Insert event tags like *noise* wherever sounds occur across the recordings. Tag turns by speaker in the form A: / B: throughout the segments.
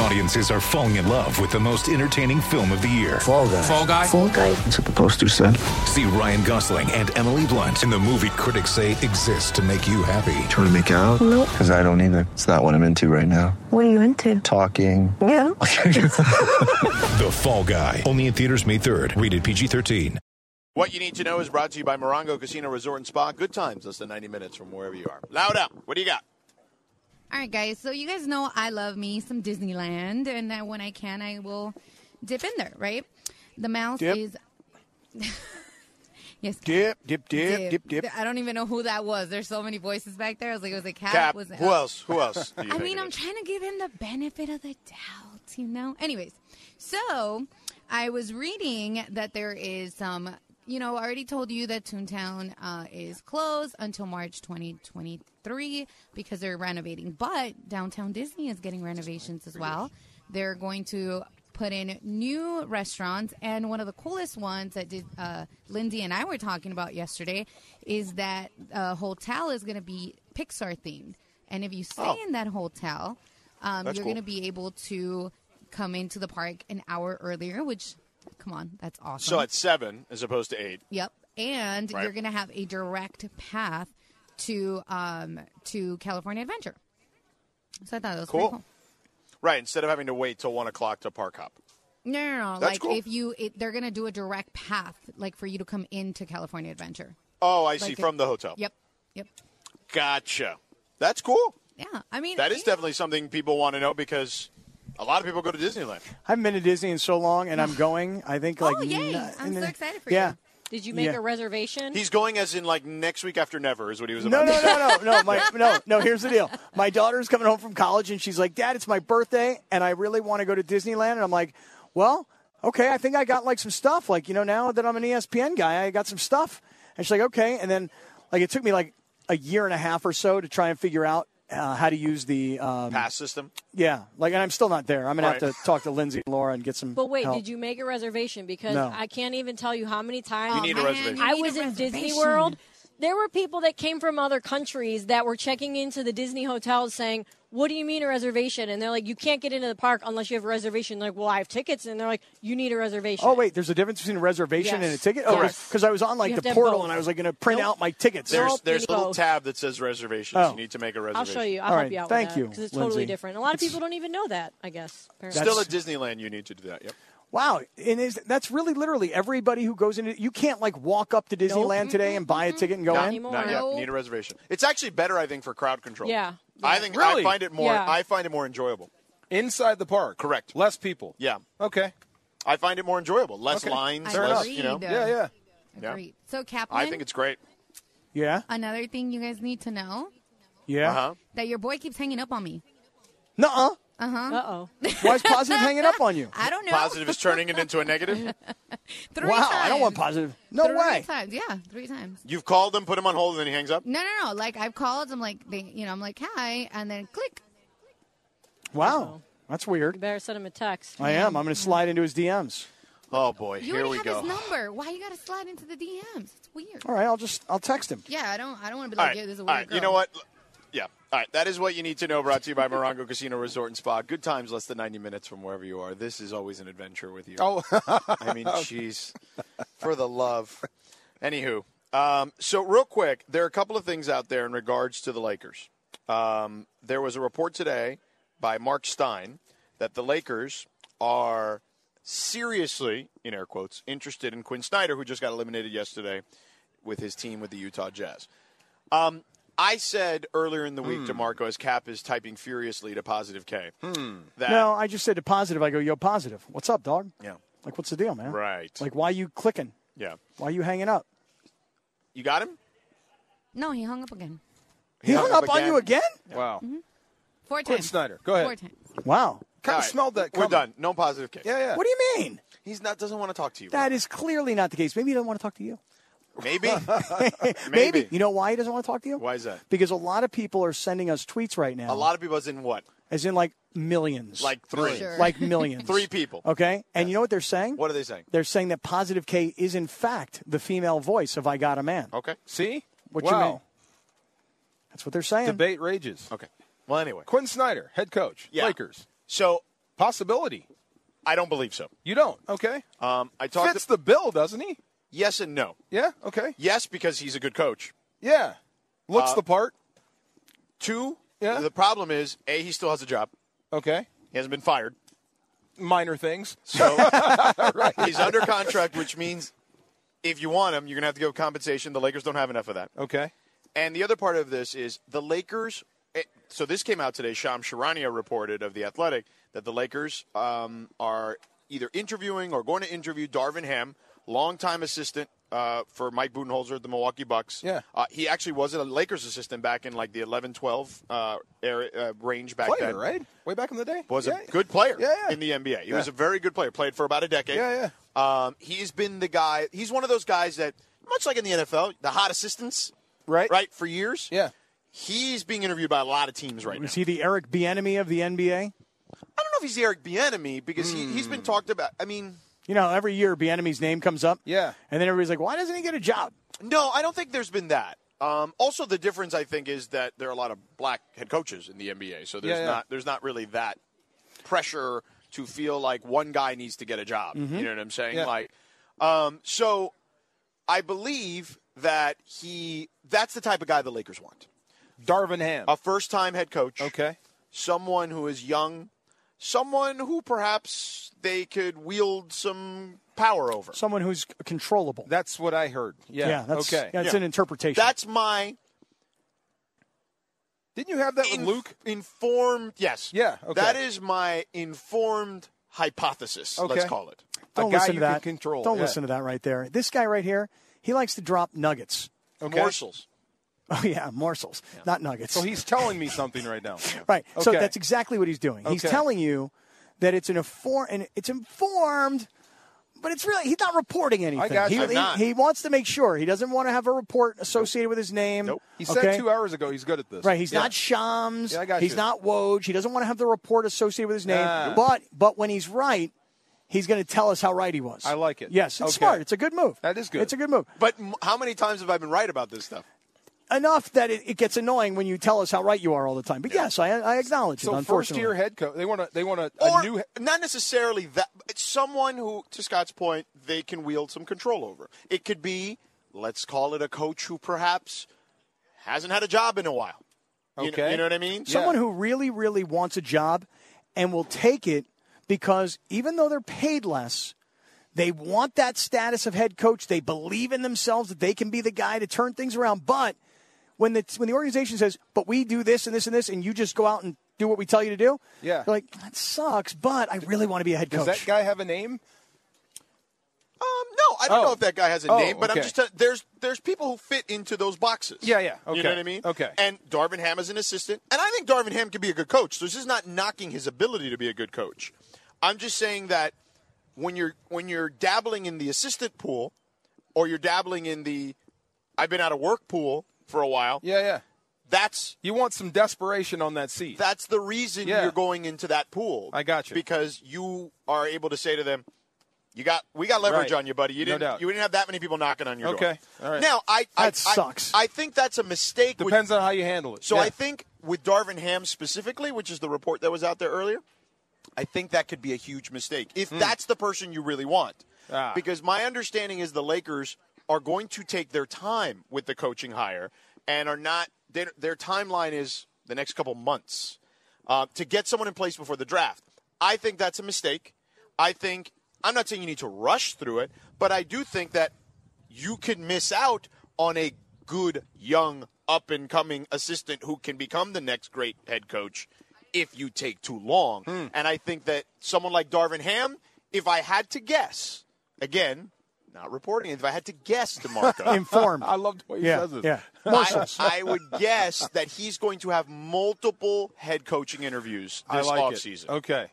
A: Audiences are falling in love with the most entertaining film of the year.
B: Fall guy.
C: Fall guy. Fall guy.
B: That's what the poster said.
A: See Ryan Gosling and Emily Blunt in the movie critics say exists to make you happy.
B: Trying to make it out? Because I don't either. It's not what I'm into right now.
D: What are you into?
B: Talking.
D: Yeah. *laughs*
A: The Fall Guy. Only in theaters May 3rd. Rated PG 13.
E: What you need to know is brought to you by Morongo Casino Resort and Spa. Good times, less than 90 minutes from wherever you are. Loud up. What do you got?
F: All right, guys. So you guys know I love me some Disneyland, and that when I can, I will dip in there. Right? The mouse
E: Dip.
F: is. yes.
E: Dip, dip, dip, dip, dip.
F: I don't even know who that was. There's so many voices back there. I was like, it was a cat.
E: Cap.
F: Was it-
E: Who else? Who else? do you
F: I
E: think
F: mean,
E: it
F: I'm
E: is?
F: trying to give him the benefit of the doubt, you know? Anyways, so I was reading that there is some, you know, I already told you that Toontown uh, is closed until March 2023 because they're renovating, but Downtown Disney is getting renovations as well. They're going to put in new restaurants and one of the coolest ones that did, uh, lindy and i were talking about yesterday is that uh, hotel is going to be pixar themed and if you stay
E: Oh.
F: in that hotel, um, you're
E: cool.
F: going to be able to come into the park an hour earlier, which, come on, that's awesome.
E: So at 7 as opposed to 8.
F: Yep, and
E: Right.
F: you're going to have a direct path to um, to California Adventure. So I thought that was
E: Cool.
F: pretty cool.
E: Right, instead of having to wait till 1 o'clock to park hop.
F: No, no, no.
E: That's
F: like
E: cool.
F: if you, it, they're going to do a direct path, like for you to come into California Adventure.
E: Oh, I see.
F: Like a-
E: from the hotel.
F: Yep, yep,
E: Gotcha. That's cool.
F: yeah. I mean,
E: That is
F: yeah.
E: definitely something people want to know because a lot of people go to Disneyland.
G: I haven't been to Disney in so long, and I'm going. I think like.
F: Oh, yay.
G: n-
F: I'm
G: in
F: so
G: the-
F: excited for
G: yeah.
F: you.
H: Did you make
G: Yeah.
H: a reservation?
E: He's going as in like next week after never is what he was
G: No,
E: about
G: no,
E: to say.
G: no, no,
E: *laughs*
G: no. My, no, no. Here's the deal. My daughter's coming home from college, and she's like, "Dad, it's my birthday, and I really want to go to Disneyland." And I'm like, "Well, okay. I think I got like some stuff. Like, you know, now that I'm an E ESPN guy, I got some stuff." And she's like, "Okay." And then, like, it took me like a year and a half or so to try and figure out uh, how to use the. Um,
E: Pass system.
G: yeah, like, and I'm still not there. I'm gonna
E: Right.
G: have to talk to Lindsay and Laura and get some.
H: but wait,
G: help.
H: did you make a reservation? Because
G: No.
H: I can't even tell you how many times
E: You need a
F: Oh, man,
E: reservation.
F: you
H: I
F: need
H: was
F: a
H: in Disney
F: reservation.
H: World. There were people that came from other countries that were checking into the Disney hotels saying, What do you mean a reservation? And they're like, You can't get into the park unless you have a reservation. They're like, Well, I have tickets. And they're like, You need a reservation.
G: Oh wait, there's a difference between a reservation and a
H: Yes.
G: ticket. Oh,
H: Correct.
G: because I was on like
H: You have
G: the
H: to have
G: portal
H: both.
G: and I was like going to print
H: Nope.
G: out my tickets.
H: Nope.
E: There's
H: Nope,
E: there's
H: you
E: a little
H: both.
E: tab that says reservations.
G: Oh.
E: You need to make a reservation.
H: I'll show you. I'll
G: All
H: help
G: right.
H: you out
G: Thank
H: with
G: you,
H: Because it's totally
G: Lindsay.
H: different. A lot of
G: It's-
H: people don't even know that, I guess. Apparently.
G: That's-
E: Still at Disneyland, you need to do that. Yep.
G: Wow, and is that's really literally everybody who goes into you can't like walk up to Disneyland today and buy a ticket and go
H: Not
G: in.
H: anymore.
E: Not yet.
F: No.
E: Need a reservation. It's actually better, I think, for crowd control.
H: Yeah.
E: I think I
C: Really?
E: find it more.
H: Yeah.
E: I find it more enjoyable.
C: Inside the park.
E: Correct.
C: Less people.
E: Yeah.
C: Okay.
E: I find it more enjoyable. Less
C: Okay.
E: lines.
F: Fair
E: less,
F: enough.
E: you know.
F: Agreed.
C: Yeah, yeah.
E: Yeah.
F: Great. So, Kaplan,
E: I think it's great.
G: Yeah,
F: another thing you guys need to know
G: yeah.
E: Uh huh.
F: that your boy keeps hanging up on me. Uh-huh.
G: Nuh-uh.
H: Uh oh.
G: Why is positive hanging up on you?
F: *laughs* I don't know.
E: Positive is turning it into a negative.
F: *laughs* Three
G: wow,
F: times.
G: I don't want positive. No
F: three
G: way.
F: times. Yeah, three times.
E: You've called him, put him on hold, and then he hangs up.
F: No, no, no. Like I've called. I'm like, they, you know, I'm like, hi, and then click.
G: Wow, that's
H: You
G: weird.
H: better send him a text.
G: I am. I'm going to slide into his DMs.
E: Oh boy, here
F: You already
E: we
F: have
E: go.
F: his number. Why you gotta slide into the DMs? It's weird.
G: All right, I'll just I'll text him.
F: Yeah, I don't. I don't want to be
E: All
F: like,
E: right.
F: yeah, this is a
E: All
F: weird
E: right.
F: girl.
E: You know what? Yeah. All right. That is what you need to know. Brought to you by Morongo *laughs* Casino Resort and Spa. Good times, less than 90 minutes from wherever you are. This is always an adventure with you.
C: Oh,
E: I mean, jeez, for the love. Anywho, um, so real quick, there are a couple of things out there in regards to the Lakers. Um, there was a report today by Mark Stein that the Lakers are seriously, in air quotes, interested in Quinn Snyder, who just got eliminated yesterday with his team with the Utah Jazz. Um, I said earlier in the week to Marco, as Cap is typing furiously to Positive K, that
G: No, I just said to positive. I go, yo, positive. What's up, dog?
E: yeah,
G: Like, what's the deal, man?
E: Right.
G: Like, why you clicking?
E: yeah,
G: Why you hanging up?
E: you got him.
F: No, he hung up again.
G: He hung up on you again?
C: wow.
F: Four
C: Quinn
F: times.
C: Snyder, go ahead.
F: Four times.
G: Wow.
C: Kind
E: All
C: of
E: right.
C: smelled that.
E: We're
C: coming.
E: done. No positive case.
C: Yeah, yeah.
G: What do you mean?
E: He's not doesn't want to talk to you.
G: That is clearly not the case. Maybe he doesn't want to talk to you.
E: maybe.
G: *laughs*
E: *laughs*
G: Maybe.
E: maybe.
G: You know why he doesn't want to talk to you?
E: Why is that?
G: Because a lot of people are sending us tweets right now.
E: A lot of people is in what?
G: As in, like, millions.
E: Like three.
F: Sure.
G: Like millions.
E: Three people.
G: Okay? And you know what they're saying?
E: What are they saying?
G: They're saying that Positive K is, in fact, the female voice of I Got a Man.
E: Okay.
I: See?
G: What you mean?
I: wow.
G: That's what they're saying.
I: Debate rages.
E: Okay. Well, anyway.
I: Quinn Snyder, head coach,
E: Yeah.
I: Lakers.
E: So
I: Possibility.
E: I don't believe so.
I: You don't. Okay.
E: Um, I talked.
I: Fits the bill, doesn't he?
E: yes and no.
I: Yeah. Okay.
E: Yes, because he's a good coach. Uh,
I: Yeah. Looks the part.
E: Two.
I: Yeah.
E: The problem is, a he still has a job.
I: Okay.
E: He hasn't been fired,
I: Minor things. *laughs*
E: so he's under contract, which means if you want him, you're gonna have to go compensation. The Lakers don't have enough of that.
I: Okay.
E: And the other part of this is the Lakers. eh, So this came out today. Sham Sharania reported of the Athletic that the Lakers um, are either interviewing or going to interview Darvin Ham, longtime assistant uh, for Mike Budenholzer at the Milwaukee Bucks.
I: Yeah.
E: uh, he actually was a Lakers assistant back in like the 11-12 uh, era, uh, range back
I: Player,
E: then.
I: right? Way back in the day.
E: Was
I: yeah.
E: a good player
I: Yeah, yeah.
E: in the NBA. He was
I: Yeah.
E: a very good player. Played for about a decade.
I: Yeah,
E: yeah. Um, he's been the guy. He's one of those guys that, much like in the NFL, the hot assistants
I: Right.
E: right for years.
I: Yeah.
E: he's being interviewed by a lot of teams right now.
G: Is he the Eric Bieniemy of the NBA?
E: I don't know if he's Eric Bieniemy because he, he's
I: Hmm.
E: been talked about. I mean,
G: You know, every year Bieniemy's name comes up.
I: Yeah.
G: And then everybody's like, why doesn't he get a job?
E: no, I don't think there's been that. Um, also, the difference I think is that there are a lot of black head coaches in the NBA, so there's
I: Yeah, yeah.
E: not there's not really that pressure to feel like one guy needs to get a job. You know what I'm saying?
I: Mm-hmm. Yeah.
E: Like, um, so I believe that he that's the type of guy the Lakers want
I: Darvin Ham.
E: a first time head coach.
I: okay.
E: someone who is young, someone who perhaps they could wield some power over.
G: Someone who's controllable.
I: That's what I heard. Yeah.
G: that's,
I: okay.
G: That's
E: Yeah.
G: an interpretation.
E: That's my
I: Didn't you have that with
E: in-
I: Luke?
E: informed. Yes.
I: Yeah, okay.
E: That is my informed hypothesis. Let's
I: Okay.
E: call it.
G: Don't
I: a guy
G: listen
I: you
G: to that.
I: can control.
G: Don't
I: Yeah.
G: listen to that right there. This guy right here, he likes to drop nuggets.
I: Okay.
E: Morsels.
G: *laughs* Oh yeah, morsels, not nuggets.
I: So he's telling me something right now.
G: *laughs* right. So
I: Okay.
G: that's exactly what he's doing. He's
I: Okay.
G: telling you that it's an inform and it's informed, but it's really he's not reporting anything.
I: got
G: he,
I: you. I'm
G: he-
E: not.
G: he wants to make sure he doesn't want to have a report associated with his name.
E: Nope.
I: He
G: okay?
I: said two hours ago he's good at this.
G: Right, he's
I: Yeah.
G: not Shams.
I: Yeah, I got
G: he's
I: you. Ah.
G: not Woj. He doesn't want to have the report associated with his name.
I: Nah.
G: But but when he's right, he's going to tell us how right he was.
I: I like it.
G: Yes, it's
I: Okay.
G: smart. It's a good move.
I: That is good.
G: It's a good move.
E: But m- how many times have I been right about this stuff?
G: Enough that it, it gets annoying when you tell us how right you are all the time. But yes, I, I acknowledge it.
I: So first
G: Unfortunately,
I: year head coach. They want to. They want a,
E: Or
I: a new. he-
E: not necessarily that. It's someone who, to Scott's point, they can wield some control over. It could be, let's call it a coach who perhaps hasn't had a job in a while. You kn-
I: Okay.
E: you know what I mean?
I: Yeah.
G: someone who really really wants a job and will take it because even though they're paid less they want that status of head coach they believe in themselves that they can be the guy to turn things around but when the when the organization says but we do this and this and this and you just go out and do what we tell you to do
I: Yeah.
G: you're like that sucks but i really want to be a head
I: Does
G: coach
I: that guy have a name?
E: Um, no, I don't
I: Oh.
E: know if that guy has a
I: Oh,
E: name, but I'm
I: okay.
E: just tell- there's there's people who fit into those boxes.
I: Yeah, yeah,
E: You
I: okay,
E: know what I mean?
I: okay.
E: And Darvin Ham is an assistant, and I think Darvin Ham could be a good coach. So this is not knocking his ability to be a good coach. I'm just saying that when you're when you're dabbling in the assistant pool, or you're dabbling in the I've been out of work pool for a while.
I: Yeah, yeah.
E: That's
I: You want some desperation on that seat.
E: that's the reason
I: Yeah.
E: you're going into that pool.
I: I got you.
E: because you are able to say to them, "You got we got leverage
I: Right.
E: on you, buddy. You
I: No
E: didn't
I: doubt.
E: you didn't have that many people knocking on your door."
I: Okay. All right.
E: Now I I-
G: That sucks.
E: I, I think that's a mistake. with-
I: Depends on how you handle it.
E: so
I: Yeah.
E: I think with Darvin Ham specifically, which is the report that was out there earlier, I think that could be a huge mistake if that's the person you really want.
I: Hmm. Ah.
E: Because my understanding is the Lakers are going to take their time with the coaching hire and are not their, their timeline is the next couple months uh, to get someone in place before the draft. I think that's a mistake. I think I'm not saying you need to rush through it, but I do think that you could miss out on a good young up and coming assistant who can become the next great head coach if you take too long. And I think that someone like Darvin Ham, if I had to guess, again, not reporting, if I had to guess DeMarco,
G: informed
I: I loved what he
G: yeah
I: says. it. *laughs*
G: yeah
E: I, I would guess that he's going to have multiple head coaching interviews
I: I
E: this
I: like
E: off
I: it.
E: offseason.
I: Okay.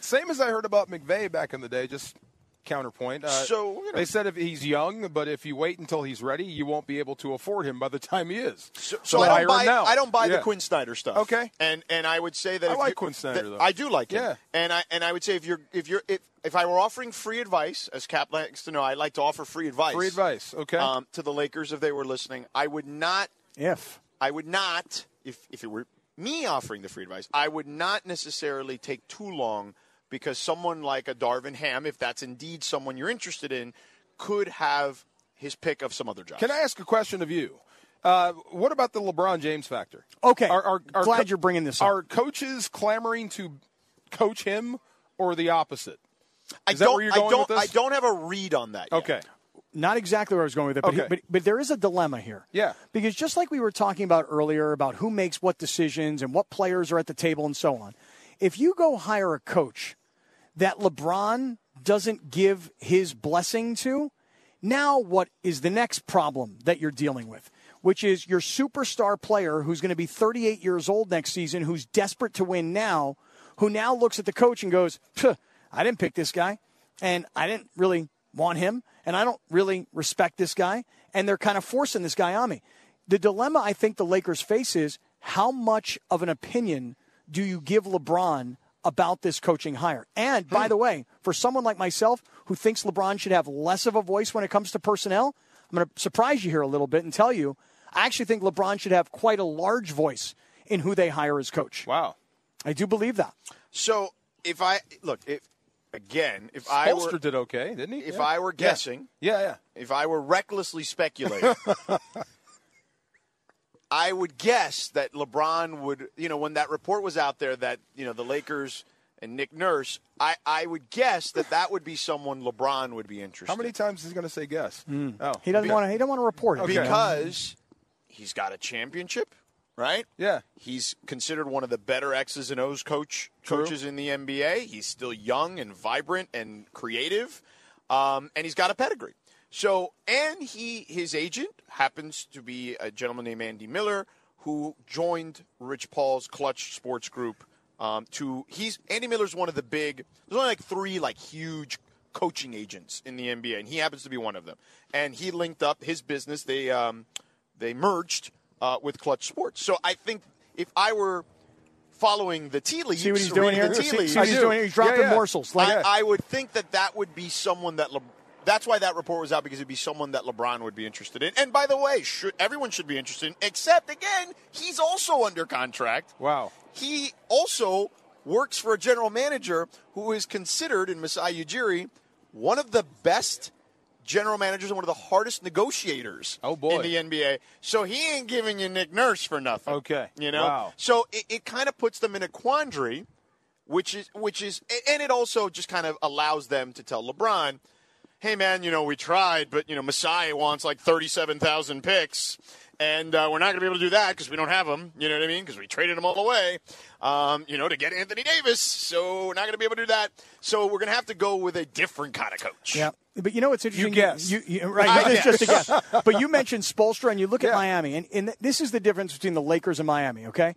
I: Same as I heard about McVay back in the day. Just counterpoint. Uh,
E: So, we're gonna-
I: they said if he's young, but if you wait until he's ready, you won't be able to afford him by the time he is.
E: So, so I
I: hire him
E: don't buy.
I: now.
E: I don't buy
I: Yeah.
E: the Quinn Snyder stuff.
I: Okay.
E: and and I would say that
I: I
E: if
I: like
E: you-
I: Quinn Snyder,
E: that-
I: though.
E: I do like him.
I: Yeah.
E: and I and I would say if you're if you're if if I were offering free advice, as Cap likes to know, I like to offer free advice.
I: Free advice, okay.
E: Um, to the Lakers, if they were listening, I would not.
G: If
E: I would not. If if it were me offering the free advice, I would not necessarily take too long because someone like a Darvin Ham, if that's indeed someone you're interested in, could have his pick of some other job.
I: Can I ask a question of you? Uh, what about the LeBron James factor?
G: Okay.
I: Are, are, are
G: Glad you're bringing this up.
I: Are coaches clamoring to coach him or the opposite?
E: I
I: Is that
E: don't.
I: where you're
E: I
I: going
E: don't.
I: with this?
E: I don't have a read on that. yet.
I: Okay.
G: not exactly where I was going with it, but,
I: Okay.
G: but but there is a dilemma here.
I: Yeah.
G: Because just like we were talking about earlier about who makes what decisions and what players are at the table and so on, if you go hire a coach that LeBron doesn't give his blessing to, now what is the next problem that you're dealing with? Which is your superstar player who's going to be 38 years old next season, who's desperate to win now, who now looks at the coach and goes, "Phew, I didn't pick this guy, and I didn't really want him, and I don't really respect this guy, and they're kind of forcing this guy on me. The dilemma I think the Lakers face is how much of an opinion do you give LeBron about this coaching hire? And by the way, for someone like myself who thinks LeBron should have less of a voice when it comes to personnel, I'm going to surprise you here a little bit and tell you I actually think LeBron should have quite a large voice in who they hire as coach.
I: Wow.
G: I do believe that.
E: So if I look, if again, if I
I: Bolster
E: were,
I: did okay, didn't he?
E: if
I: Yeah.
E: I were
I: Yeah.
E: guessing,
I: Yeah, yeah.
E: if I were
I: *laughs*
E: recklessly speculating, I would guess that LeBron would, you know, when that report was out there that you know the Lakers and Nick Nurse, I I would guess that that would be someone LeBron would be interested.
I: How many times is he going to say yes? Oh,
G: Hmm. He doesn't
I: be-
G: want to. He doesn't want to report it
I: Okay.
G: you know?
E: because he's got a championship, right?
I: Yeah.
E: He's considered one of the better X's and O's coach
I: True.
E: coaches in the NBA. He's still young and vibrant and creative, um, and he's got a pedigree. So, and he his agent happens to be a gentleman named Andy Miller, who joined Rich Paul's Clutch Sports Group. Um, to he's Andy Miller's one of the big. There's only like three like huge coaching agents in the NBA, and he happens to be one of them. And he linked up his business. They um, they merged uh, with Clutch Sports. So I think if I were following the tea leaves,
G: See what he's doing
E: reading
G: here.
E: the tea
G: See,
E: leaves,
G: see what he's
I: I do.
G: doing here. He's dropping
I: Yeah, yeah.
G: morsels. Like,
E: I, I would think that that would be someone that. Le- that's why that report was out because it'd be someone that LeBron would be interested in. And by the way, should, everyone should be interested in, except again, he's also under contract.
I: Wow.
E: He also works for a general manager who is considered in Masai Ujiri one of the best general managers and one of the hardest negotiators
I: Oh, boy.
E: in the NBA. So he ain't giving you Nick Nurse for nothing.
I: Okay.
E: You know?
I: Wow.
E: So it, it kind of puts them in a quandary, which is which is and it also just kind of allows them to tell LeBron, hey man, you know, we tried, but you know, Masai wants like thirty-seven thousand picks, and uh, we're not going to be able to do that because we don't have them. You know what I mean? Because we traded them all away, um, you know, to get Anthony Davis. So we're not going to be able to do that. So we're going to have to go with a different kind of coach.
G: Yeah, but you know what's interesting?
I: guessed.
G: You, you- right?
E: I
G: it's just a guess. But you mentioned Spolstra, and you look at
I: Yeah.
G: Miami, and, and this is the difference between the Lakers and Miami. Okay,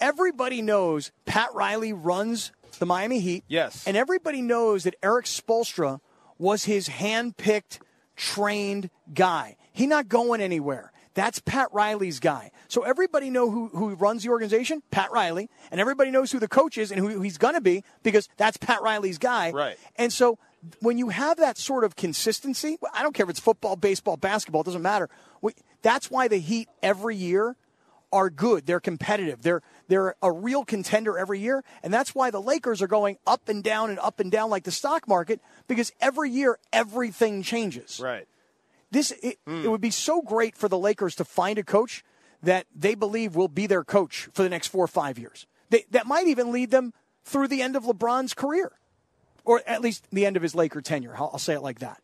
G: everybody knows Pat Riley runs the Miami Heat.
I: Yes.
G: and everybody knows that Eric Spolstra was his hand-picked, trained guy. He not going anywhere. That's Pat Riley's guy. So everybody know who, who runs the organization, Pat Riley, and everybody knows who the coach is and who he's going to be because that's Pat Riley's guy.
I: Right.
G: And so when you have that sort of consistency, I don't care if it's football, baseball, basketball, it doesn't matter. We, that's why the Heat every year are good. They're competitive. They're they're a real contender every year, and that's why the Lakers are going up and down and up and down like the stock market because every year everything changes.
I: Right.
G: This it, it would be so great for the Lakers to find a coach that they believe will be their coach for the next 4 or 5 years. They, that might even lead them through the end of LeBron's career or at least the end of his Laker tenure. I'll, I'll say it like that.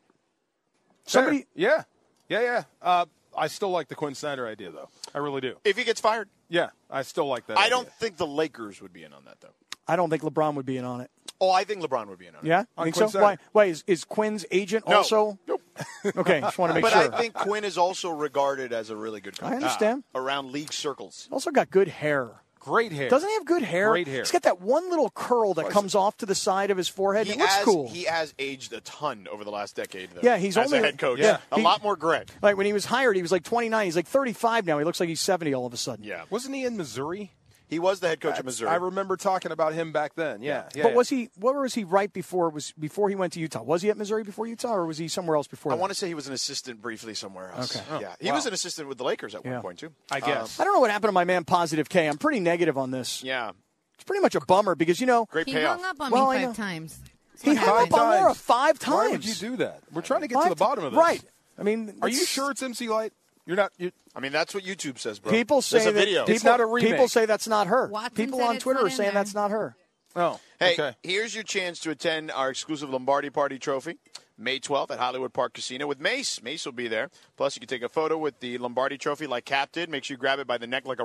G: Somebody,
I: Fair. Yeah. Yeah, yeah. Uh, I still like the Quinn Snyder idea, though. I really do.
E: If he gets fired,
I: Yeah, I still like that.
E: I
I: idea.
E: don't think the Lakers would be in on that though.
G: I don't think LeBron would be in on it.
E: Oh, I think LeBron would be in on it.
G: Yeah,
I: On
G: think
I: Quinn's
G: so.
I: side.
G: Why? Why is, is Quinn's agent
E: No.
G: also?
E: Nope.
G: *laughs* Okay, just want to make
E: But
G: sure.
E: I think Quinn is also regarded as a really good coach
G: I understand.
E: around league circles.
G: Also got good hair.
I: Great hair.
G: Doesn't he have good hair?
I: Great hair.
G: He's got that one little curl that comes off to the side of his forehead.
E: He
G: and it looks
E: has,
G: cool.
E: He has aged a ton over the last decade, though.
G: Yeah, he's
E: as
G: only-
E: a head coach.
G: yeah.
E: a
G: He-
E: lot more gray.
G: like when he was hired, he was like 29. He's like 35 now. He looks like he's 70 all of a sudden.
E: Yeah,
I: Wasn't he in Missouri?
E: he was the head coach of Missouri.
I: I remember talking about him back then. Yeah. yeah.
G: but was he? What was he right before? Was before he went to Utah? Was he at Missouri before Utah, or was he somewhere else before?
E: I
G: that?
E: want to say he was an assistant briefly somewhere else.
G: Okay.
E: yeah, he was an assistant with the Lakers at
G: Yeah.
E: one point too.
I: Oh. I
E: Um,
I: guess.
G: Uh, I don't know what happened to my man Positive K. I'm pretty negative on this.
E: Yeah,
G: It's pretty much a bummer because you know
E: great
F: He
E: payoff.
F: hung up on
G: Well, I
F: me
G: know.
F: five times. That's
G: he
F: what
G: hung up
F: happened.
G: on Laura five times.
I: Why would you do that? We're trying to get to
G: Five
I: the
G: ti-
I: bottom of this.
G: Right. I mean,
I: Are you
G: it's-
I: sure it's MC Light? You're not. You're,
E: I mean, that's what YouTube says, bro.
G: People say
E: There's a
G: that
E: video.
G: People,
I: It's not a remake.
G: People say that's not her.
F: Watson
G: people
F: said
G: on
F: it's
G: Twitter
F: not
G: are
F: in
G: saying
F: there.
G: that's not her.
I: oh.
E: Hey,
I: Okay.
E: here's your chance to attend our exclusive Lombardi Party Trophy, May 12th at Hollywood Park Casino with Mace. Mace will be there. Plus, you can take a photo with the Lombardi Trophy like Cap did. Make sure you grab it by the neck like a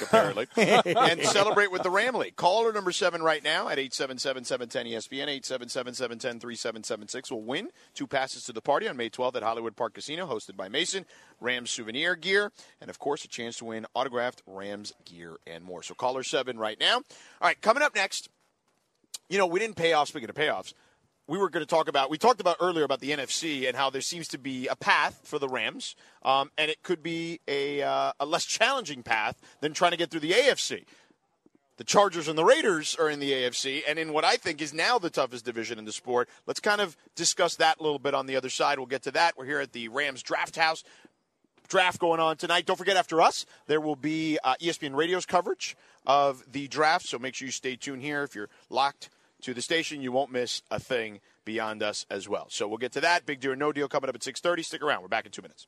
I: *laughs*
E: apparently, and celebrate with the Ramley. Caller number seven right now at 877-710-ESPN, 877-710-3776 will win two passes to the party on May 12th at Hollywood Park Casino, hosted by Mason, Rams souvenir gear, and of course, a chance to win autographed Rams gear and more. So caller seven right now. All right, coming up next you know, we didn't pay off. Speaking of payoffs, we were going to talk about. We talked about earlier about the NFC and how there seems to be a path for the Rams, um, and it could be a uh, a less challenging path than trying to get through the AFC. The Chargers and the Raiders are in the AFC, and in what I think is now the toughest division in the sport. Let's kind of discuss that a little bit on the other side. We'll get to that. We're here at the Rams Draft House draft going on tonight. Don't forget, after us, there will be uh, ESPN Radio's coverage of the draft. So make sure you stay tuned here. If you're locked to the station, you won't miss a thing beyond us as well. So we'll get to that. Big deal or no deal coming up at 6:30. Stick around. We're back in two minutes.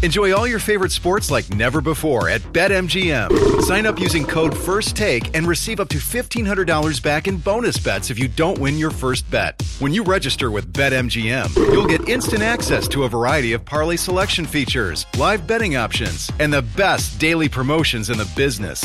J: Enjoy all your favorite sports like never before at BetMGM. Sign up using code FIRSTTAKE and receive up to $1,500 back in bonus bets if you don't win your first bet. When you register with BetMGM, you'll get instant access to a variety of parlay selection features, live betting options, and the best daily promotions in the business.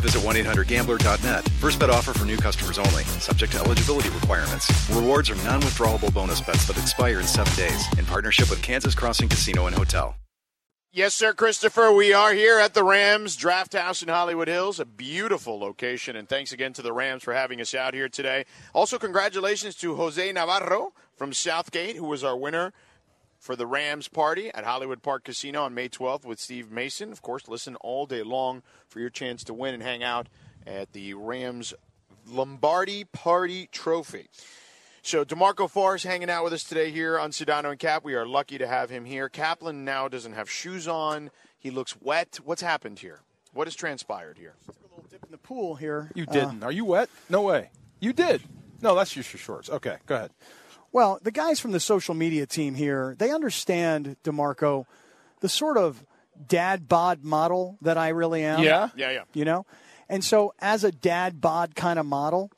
J: visit 1-800-GAMBLER.net. First bet offer for new customers only. Subject to eligibility requirements. Rewards are non-withdrawable bonus bets that expire in seven days. In partnership with Kansas Crossing Casino and Hotel.
E: Yes, sir, Christopher. We are here at the Rams Draft House in Hollywood Hills, a beautiful location. And thanks again to the Rams for having us out here today. Also, congratulations to Jose Navarro from Southgate, who was our winner for the Rams party at Hollywood Park Casino on May 12th with Steve Mason. Of course, listen all day long for your chance to win and hang out at the Rams Lombardi Party Trophy. So DeMarco Forrest hanging out with us today here on Sedano and Cap. We are lucky to have him here. Kaplan now doesn't have shoes on. He looks wet. What's happened here? What has transpired here?
G: Dip in the pool here.
I: You
G: Uh,
I: didn't. Are you wet? No way. You did. No, that's just your shorts. Okay, go ahead.
G: Well, the guys from the social media team here, they understand, DeMarco, the sort of dad bod model that I really am.
I: Yeah?
E: Yeah, yeah.
G: You know? And so, as a dad bod kind of model,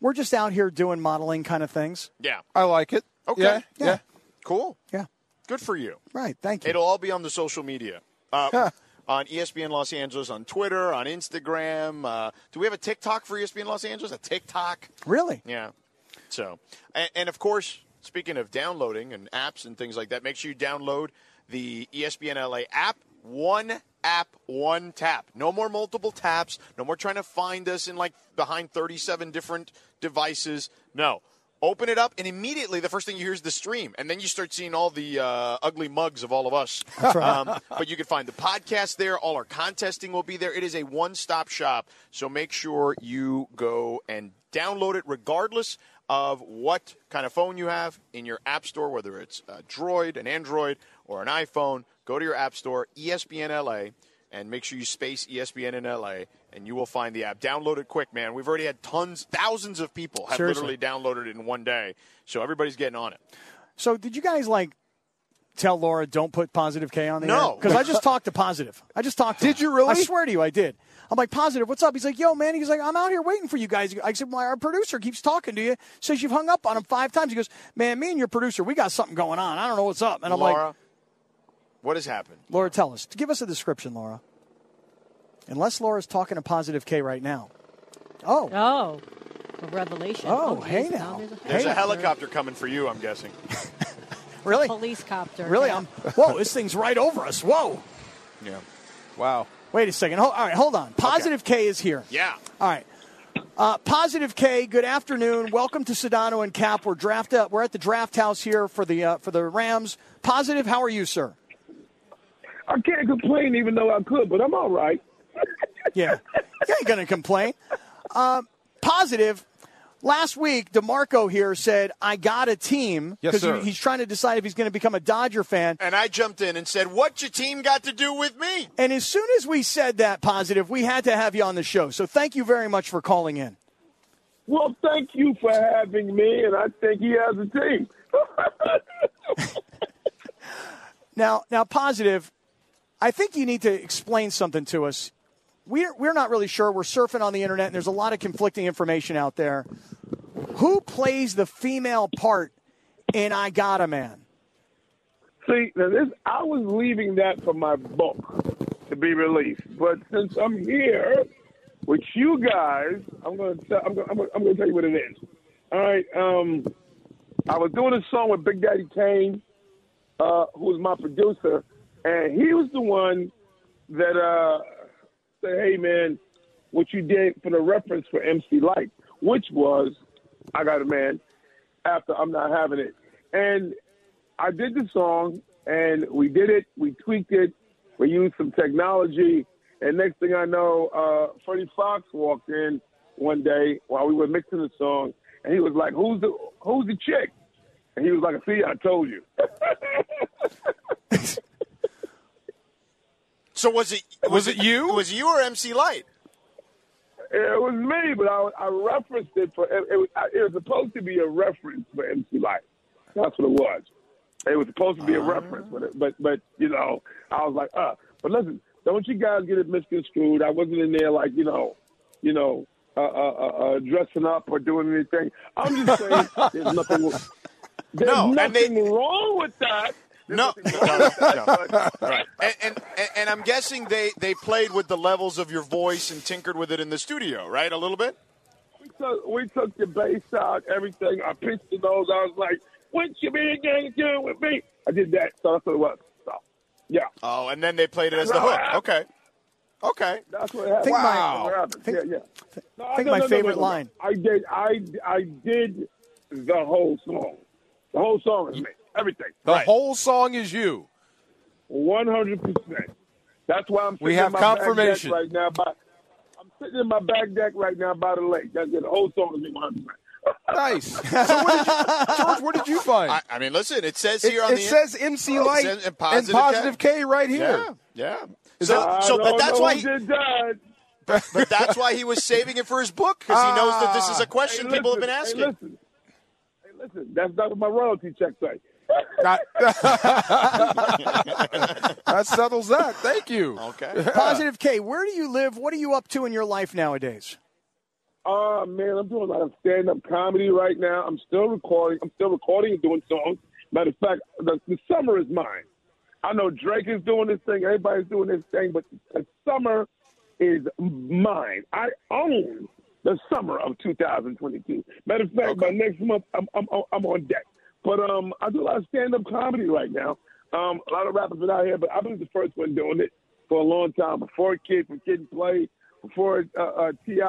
G: we're just out here doing modeling kind of things.
E: Yeah.
I: I like it.
E: Okay.
I: Yeah.
G: Yeah.
I: yeah.
E: Cool.
G: Yeah.
E: Good for you.
G: Right. Thank you.
E: It'll all be on the social media. Uh, on ESPN Los Angeles, on Twitter, on Instagram. Uh, do we have a TikTok for E ESPN Los Angeles? A TikTok?
G: really?
E: Yeah. So, and, and of course, speaking of downloading and apps and things like that, make sure you download the E ESPN LA app. One app, one tap. No more multiple taps. No more trying to find us in like behind 37 different devices. No. Open it up, and immediately the first thing you hear is the stream, and then you start seeing all the uh, ugly mugs of all of us. Um, but you can find the podcast there. All our contesting will be there. It is a one-stop shop, so make sure you go and download it regardless of what kind of phone you have in your app store, whether it's a Droid, an Android, or an iPhone. Go to your app store, E ESPN LA, and make sure you space E ESPN in LA, and you will find the app. Download it quick, man. We've already had tons, thousands of people have
G: Seriously.
E: literally downloaded it in one day, so everybody's getting on it.
G: So, did you guys like tell Laura don't put positive K on the
E: No.
G: because I
E: *laughs*
G: just talked to positive. I just talked. to
I: Did
G: him.
I: you really?
G: I swear to you, I did. I'm like positive. What's up? He's like, yo, man. He's like, I'm out here waiting for you guys. I said, my our producer keeps talking to you. Says you've hung up on him five times. He goes, man, me and your producer, we got something going on. I don't know what's up. And I'm
E: Laura,
G: like,
E: what has happened?
G: Laura, tell us. Give us a description, Laura. Unless Laura's talking to positive K right now. Oh,
H: Oh, a revelation.
G: Oh, hey
H: geez,
G: now.
H: there's
E: There's
G: Hey.
E: a helicopter coming for you, I'm guessing.
G: really?
H: Police copter.
G: Really?
H: Yeah.
G: I'm. Whoa, this thing's right over us. Whoa.
E: Yeah.
I: Wow.
G: Wait a second. Hold, all right, hold on. Positive K is here.
E: Yeah.
G: All right. Uh, Positive K, good afternoon. Welcome to Sedano and Cap. We're draft up. We're at the draft house here for the uh, for the Rams. Positive, how are you, sir?
K: I can't complain, even though I could, but I'm all right. *laughs*
G: Yeah, you ain't gonna complain. Uh, positive. Last week, Demarco here said, "I got a team"
I: Yes,
G: he-
I: sir.
G: he's trying to decide if he's going to become a Dodger fan.
E: And I jumped in and said, What your team got to do with me?
G: And as soon as we said that, positive, we had to have you on the show. So thank you very much for calling in.
K: Well, thank you for having me, and I think he has a team.
G: *laughs* Now, now, positive. I think you need to explain something to us. We're we're not really sure. We're surfing on the internet, and there's a lot of conflicting information out there. Who plays the female part in "I Got a Man"?
K: See, now this I was leaving that for my book to be released, but since I'm here with you guys, I'm gonna tell I'm gonna, I'm gonna, I'm gonna tell you what it is. All right, um, I was doing a song with Big Daddy Kane, uh, who was my producer, and he was the one that uh, said, "Hey, man, what you did for the reference for MC Light, which was I Got a Man." After I'm not having it, and I did the song and we did it. We tweaked it. We used some technology. And next thing I know, uh, Freddie Fox walked in one day while we were mixing the song, and he was like, "Who's the Who's the chick?" And he was like, "See, I told *laughs* you."
E: So was it
I: Was it you?
E: Was it you or MC Light?
K: it was me, but I, I referenced it for it, it, was, it was supposed to be a reference for MC Light. That's what it was. It was supposed to be a reference, but it, but but you know, I was like, uh. But listen, don't you guys get it misconstrued? I wasn't in there like you know, you know, uh, uh, uh, uh, dressing up or doing anything. I'm just saying, there's nothing. There's
E: No, and they-
K: nothing wrong with that. There's
E: No.
K: nothing
E: No,
K: wrong with
E: no, *laughs* no.
K: that, but-
E: and, and and- and I'm guessing they they played with the levels of your voice and tinkered with it in the studio, right? A little bit.
K: took, we took the bass out, everything. I pitched the nose. I was like, "What you been gang doing with me?" I did that. So that's what it was. So, yeah,
E: Oh, and then they played it as the hook. Okay, okay.
K: that's what happened.
G: Think my-
K: That's what happened.
G: think-
K: yeah, yeah. No, I
G: think my favorite line.
K: I did. I I did the whole song. The whole song is me. Everything.
I: The whole song is you.
K: One hundred percent. That's why I'm. Sitting
I: We have
K: in my back deck
I: confirmation.
K: right now. By, I'm sitting in my back deck right now by the lake. That's it. The whole song is me. 100%. *laughs*
I: Nice. so what did you, George, what did you find?
E: I, I mean, listen, it says
I: it
E: here on
I: it
E: the
I: says MC
E: Oh, it
I: Light
E: says- and
I: and
E: Positive
I: Positive, K. right here.
E: yeah, yeah.
I: Is
E: So,
K: I
E: so but
K: don't
E: that's
K: know
E: why,
K: who
E: he,
K: did that.
E: but that's why he was saving it for his book because he knows that this is a question
K: Ah, Hey,
E: people have been asking.
K: listen, Hey, listen. Hey, listen. That's not what my royalty check say.
I: Not- *laughs* that settles that. Thank you.
E: Okay.
G: Positive K, where do you live? What are you up to in your life nowadays?
K: Oh man, I'm doing a lot of stand-up comedy right now. I'm still recording. I'm still recording and doing songs. Matter of fact, the, the summer is mine. I know Drake is doing this thing. Everybody's doing this thing, but the summer is mine. I own the summer of 2022. Matter of fact, by next month, I'm I'm I'm on deck. But um, I do a lot of stand-up comedy right now. Um, a lot of rappers been out here, but I've been the first one doing it for a long time. Before Kid, from Kid and Play, before uh, uh, Ti,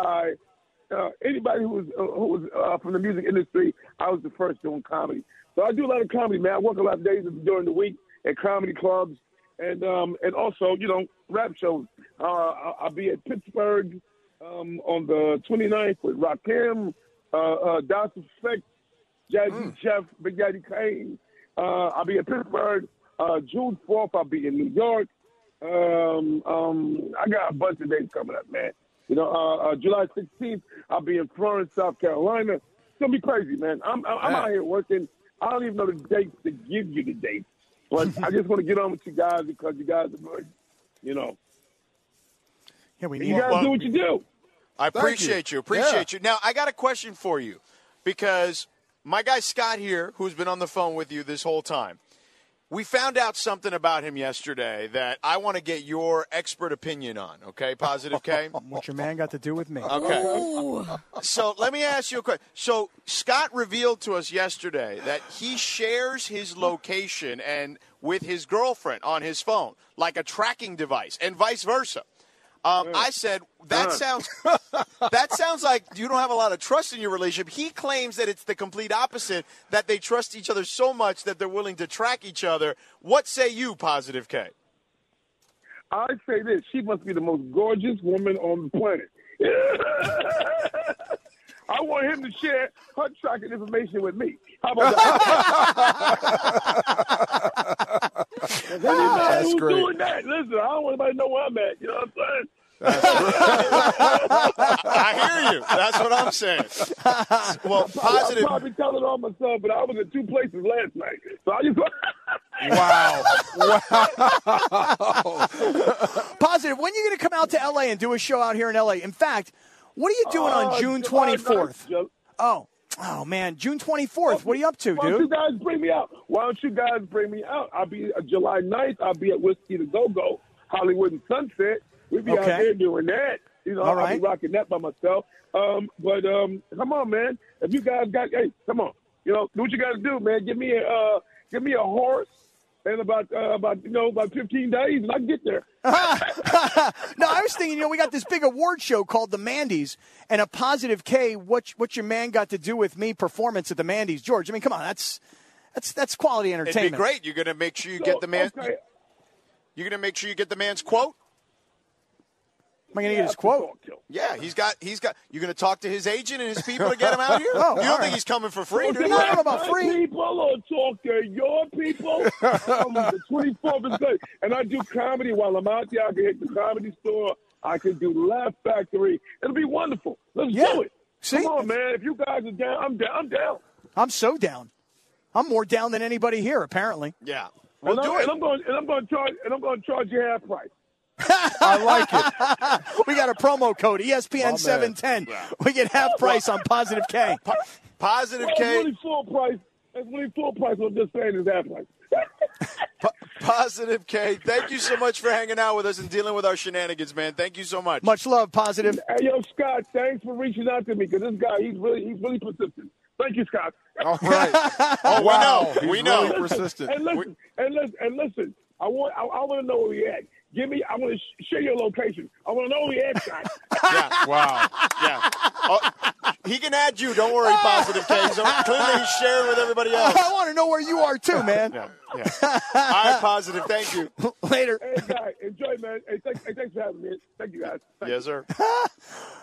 K: uh, anybody who was uh, who was uh, from the music industry, I was the first doing comedy. So I do a lot of comedy, man. I work a lot of days during the week at comedy clubs, and um, and also you know rap shows. Uh, I- I'll be at Pittsburgh um, on the 29th with Rakim, uh, uh, Das Effect, Jazzy Jeff, Big Daddy Kane. Uh, I'll be in Pittsburgh uh, June 4th. I'll be in New York. Um, um, I got a bunch of dates coming up, man. You know, uh, uh, July 16th, I'll be in Florence, South Carolina. It's going to be crazy, man. I'm, I'm, I'm
I: Yeah.
K: out here working. I don't even know the dates to give you the dates. But I just want to get on with you guys because you guys are good. You know,
G: Yeah, we
K: you guys do what you do.
E: I
K: Thank
E: appreciate you.
K: you.
E: Appreciate you. Now, I got a question for you because my guy Scott here, who's been on the phone with you this whole time, we found out something about him yesterday that I want to get your expert opinion on, okay? *laughs* Positive K?
G: *laughs* What your man got to do with me?
E: Okay. So let me ask you a question. So Scott revealed to us yesterday that he shares his location and with his girlfriend on his phone, like a tracking device, and vice versa. Um, I said that sounds that sounds like you don't have a lot of trust in your relationship. He claims that it's the complete opposite that they trust each other so much that they're willing to track each other. What say you, Positive K?
K: I say this: she must be the most gorgeous woman on the planet. *laughs* I want him to share her tracking information with me. How about
G: *laughs*
K: that? Does anybody
I: That's
K: who's
I: great.
K: doing that? Listen, I don't want anybody to know where I'm at. You know what I'm saying?
E: I hear you. That's what I'm saying. Well, positive.
K: I probably tell it on myself, but I was in two places last night, so I just. *laughs*
G: *laughs*
I: wow!
G: Positive. When are you going to come out to LA and do a show out here in LA? In fact, what are you doing
K: Uh,
G: on June
K: July ninth,
G: 24th?
K: Ju-
G: Oh, oh man, June 24th. What are you up to,
K: Why don't you
G: dude?
K: guys bring me out? Why don't you guys bring me out? I'll be uh, July 9th. I'll be at Whiskey to Go Go, Hollywood and Sunset. We'll be out
G: Okay.
K: there doing that. You know,
G: All
K: I'll
G: right.
K: be rocking that by myself. Um, but um, come on, man. If you guys got, hey, come on. You know, do what you got to do, man. Give me a, uh, give me a horse. In about uh, about you know about fifteen days, and I can
G: *laughs*
K: get there.
G: No, I was thinking, you know, we got this big award show called the Mandy's and a positive K. What what your man got to do with me performance at the Mandy's, George? I mean, come on, that's that's that's quality
E: It'd be
G: entertainment.
E: great. You're gonna make sure you get the man.
K: Okay.
E: You're gonna make sure you get the man's quote.
G: Am I going to get his quote?
E: Yeah, he's got. He's got. You're gonna talk to his agent and his people to get him out here.
G: *laughs* Oh, all
E: you don't
G: right.
E: think he's coming for free? Do
K: Talk
E: you?
K: to
G: I don't know
K: my
G: about free.
K: People or talk to your people. Um,
G: *laughs*
K: the 24th is good. And I do comedy while I'm out there. I can hit the comedy store. I can do Laugh Factory. It'll be wonderful. Let's
G: Yeah.
K: do it.
G: See?
K: Come on, man. If you guys are down, I'm down. I'm down.
G: I'm so down. I'm more down than anybody here, apparently.
E: Yeah, we'll
K: and,
E: do
K: I'm,
E: it.
K: and I'm going. And I'm going to charge. And I'm going to charge you half
G: *laughs*
K: price.
I: I like it.
G: We got a promo code E
I: My
E: Oh,
G: ESPN
I: man.
G: 710. We get
K: Oh,
G: half price on Positive K.
E: Positive
K: That's
E: K.
K: really full price. That's really full price. What I'm just saying is half price.
E: po- Positive K. Thank you so much for hanging out with us and dealing with our shenanigans, man. Thank you so much.
G: Much love, Positive.
K: hey, yo, Scott. Thanks for reaching out to me because this guy, he's really, he's really persistent. Thank you, Scott.
I: All
K: *laughs*
I: right. Oh,
E: wow.
I: He's
E: We know.
I: really
K: And
I: persistent.
K: listen, and listen, and listen. I want, I, I want to know where he at. Give me, I want to sh- share your location. I want to know where he
I: *laughs*
K: at, Scott.
E: Yeah.
I: Wow.
E: yeah. Oh, he can add you. Don't worry, Positive K. He's on- clearly he's sharing with
G: *laughs*
E: everybody else.
G: I want to know where you are too, man.
E: Yeah. yeah. All right, Positive. Thank you.
G: *laughs* Later.
K: hey, guys, enjoy, man. Hey, thanks, hey, thanks for having me. Thank you, guys. Thank
E: Yes, sir.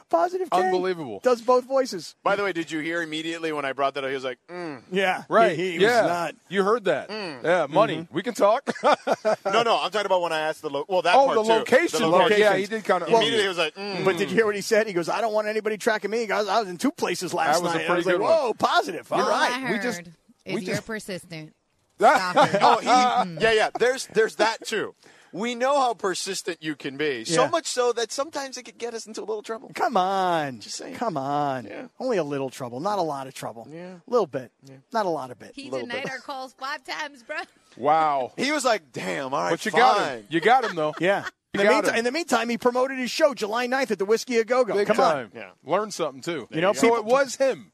G: Positive K.
I: Unbelievable.
G: Does both voices.
E: By the way, did you hear immediately when I brought that up? He was like, mm.
G: Yeah.
I: Right.
G: He, he
I: yeah.
G: was not. Mm-hmm.
I: You heard that.
E: Hmm.
I: Yeah. Money. We can talk. oh,
E: *laughs* "No, no, I'm talking about when I asked the lo- well that
G: Oh,
E: part
I: the
E: too.
I: location.
E: The
I: Okay, Yeah,
E: location.
I: he did kind of.
E: Immediately, he was like, mm.
G: But did
E: *laughs*
G: you hear what he said? He goes, I don't want anybody tracking me. He goes, I was in two places last
I: That was a
G: night. I
I: pretty
G: was like,
I: good one.
G: whoa, positive. All
F: All I
G: right.
F: heard
I: we just-
F: is
I: we
F: you're
I: just-
F: persistent.
I: *laughs*
E: oh, he,
I: Mm.
E: yeah, yeah. There's there's that too. We know how persistent you can be. So
G: Yeah.
E: much so that sometimes it could get us into a little trouble.
G: Come on.
E: Just saying.
G: Come on.
E: Yeah.
G: Only a little trouble. Not a lot of trouble. Yeah. A little bit. Not a lot of bit.
F: He denied our calls five times, bro.
G: *laughs*
I: wow.
E: He was like, "Damn, all right,
I: But you
E: fine."
I: got him. You got him though.
G: Yeah. In the,
I: You got
G: meantime,
I: him.
G: in the meantime, he promoted his show July 9th at the Whiskey A Go Go.
I: Big
G: Come
I: time.
G: on.
E: Yeah.
I: Learn something too.
G: You know,
I: so
G: people-
I: it was him.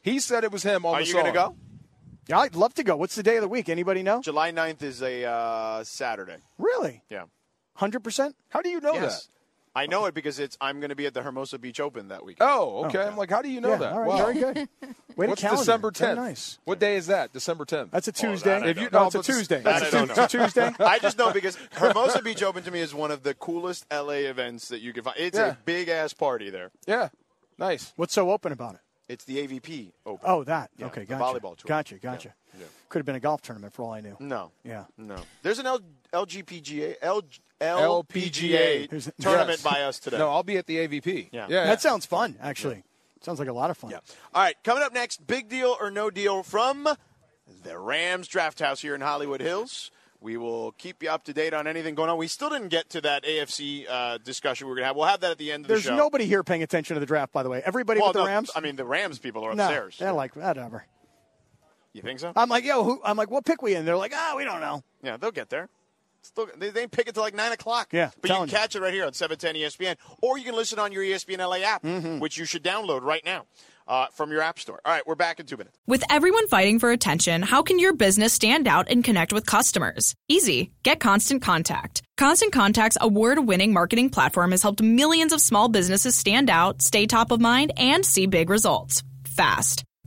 I: He said it was him Oh. on
E: Are
I: the
E: you
I: song.
E: gonna go?
G: Yeah, I'd love to go. What's the day of the week? Anybody know?
E: July 9th is a uh, Saturday.
G: Really?
E: Yeah.
G: 100%?
I: How do you know
E: yes.
I: that?
E: I know it because it's I'm going to be at the Hermosa Beach Open that weekend.
I: Oh, okay. I'm like, how do you know
G: yeah,
I: that?
G: All right,
I: Wow.
G: very good. Way to
I: What's
G: calendar.
I: December 10th?
G: Oh, Very nice.
I: What day is that? December 10th.
G: That's a
E: Oh, that
G: Tuesday.
E: I
I: If you-
G: no,
I: no,
G: it's a
I: but it's-
G: Tuesday.
E: That I
G: *laughs* It's a
E: don't
G: Tu-
E: know.
G: it's a Tuesday.
E: *laughs* I just
I: *laughs*
E: know because Hermosa Beach Open to me is one of the coolest LA events that you can find. It's
I: Yeah.
E: a big ass party there.
I: yeah. Nice.
G: What's so open about it?
E: It's the AVP Open.
G: Oh, that.
E: Yeah,
G: okay,
E: the
G: gotcha.
E: volleyball tour.
G: Gotcha, gotcha. Could have been a golf tournament for all I knew.
E: No.
G: Yeah.
E: No. There's an L- LGPGA L-
I: LPGA.
E: LPGA tournament
I: Yes.
E: by us today.
I: No, I'll be at the AVP.
E: Yeah.
I: yeah.
G: That sounds fun, actually. Sounds like a lot of fun.
E: Yeah. All right, coming up next, big deal or no deal from the Rams Draft House here in Hollywood Hills. We will keep you up to date on anything going on. We still didn't get to that AFC uh, discussion we are going to have. We'll have that at the end of
G: There's
E: the show.
G: nobody here paying attention to the draft, by the way. Everybody
E: well,
G: with the
E: no,
G: Rams.
E: I mean, the Rams people are
G: no,
E: upstairs.
G: they're like whatever.
E: you think so?
G: I'm like, yo, who, I'm like, what pick we in? They're like, ah, we don't know.
E: Yeah, they'll get there. Still, they, they pick it till like nine o'clock.
G: Yeah,
E: but you can
G: telling you.
E: catch it right here on seven ten E ESPN, or you can listen on your E ESPN LA app,
G: Mm-hmm.
E: which you should download right now uh, from your app store. All right, we're back in two minutes.
L: With everyone fighting for attention, how can your business stand out and connect with customers? Easy. Get Constant Contact. Constant Contact's award winning marketing platform has helped millions of small businesses stand out, stay top of mind, and see big results fast.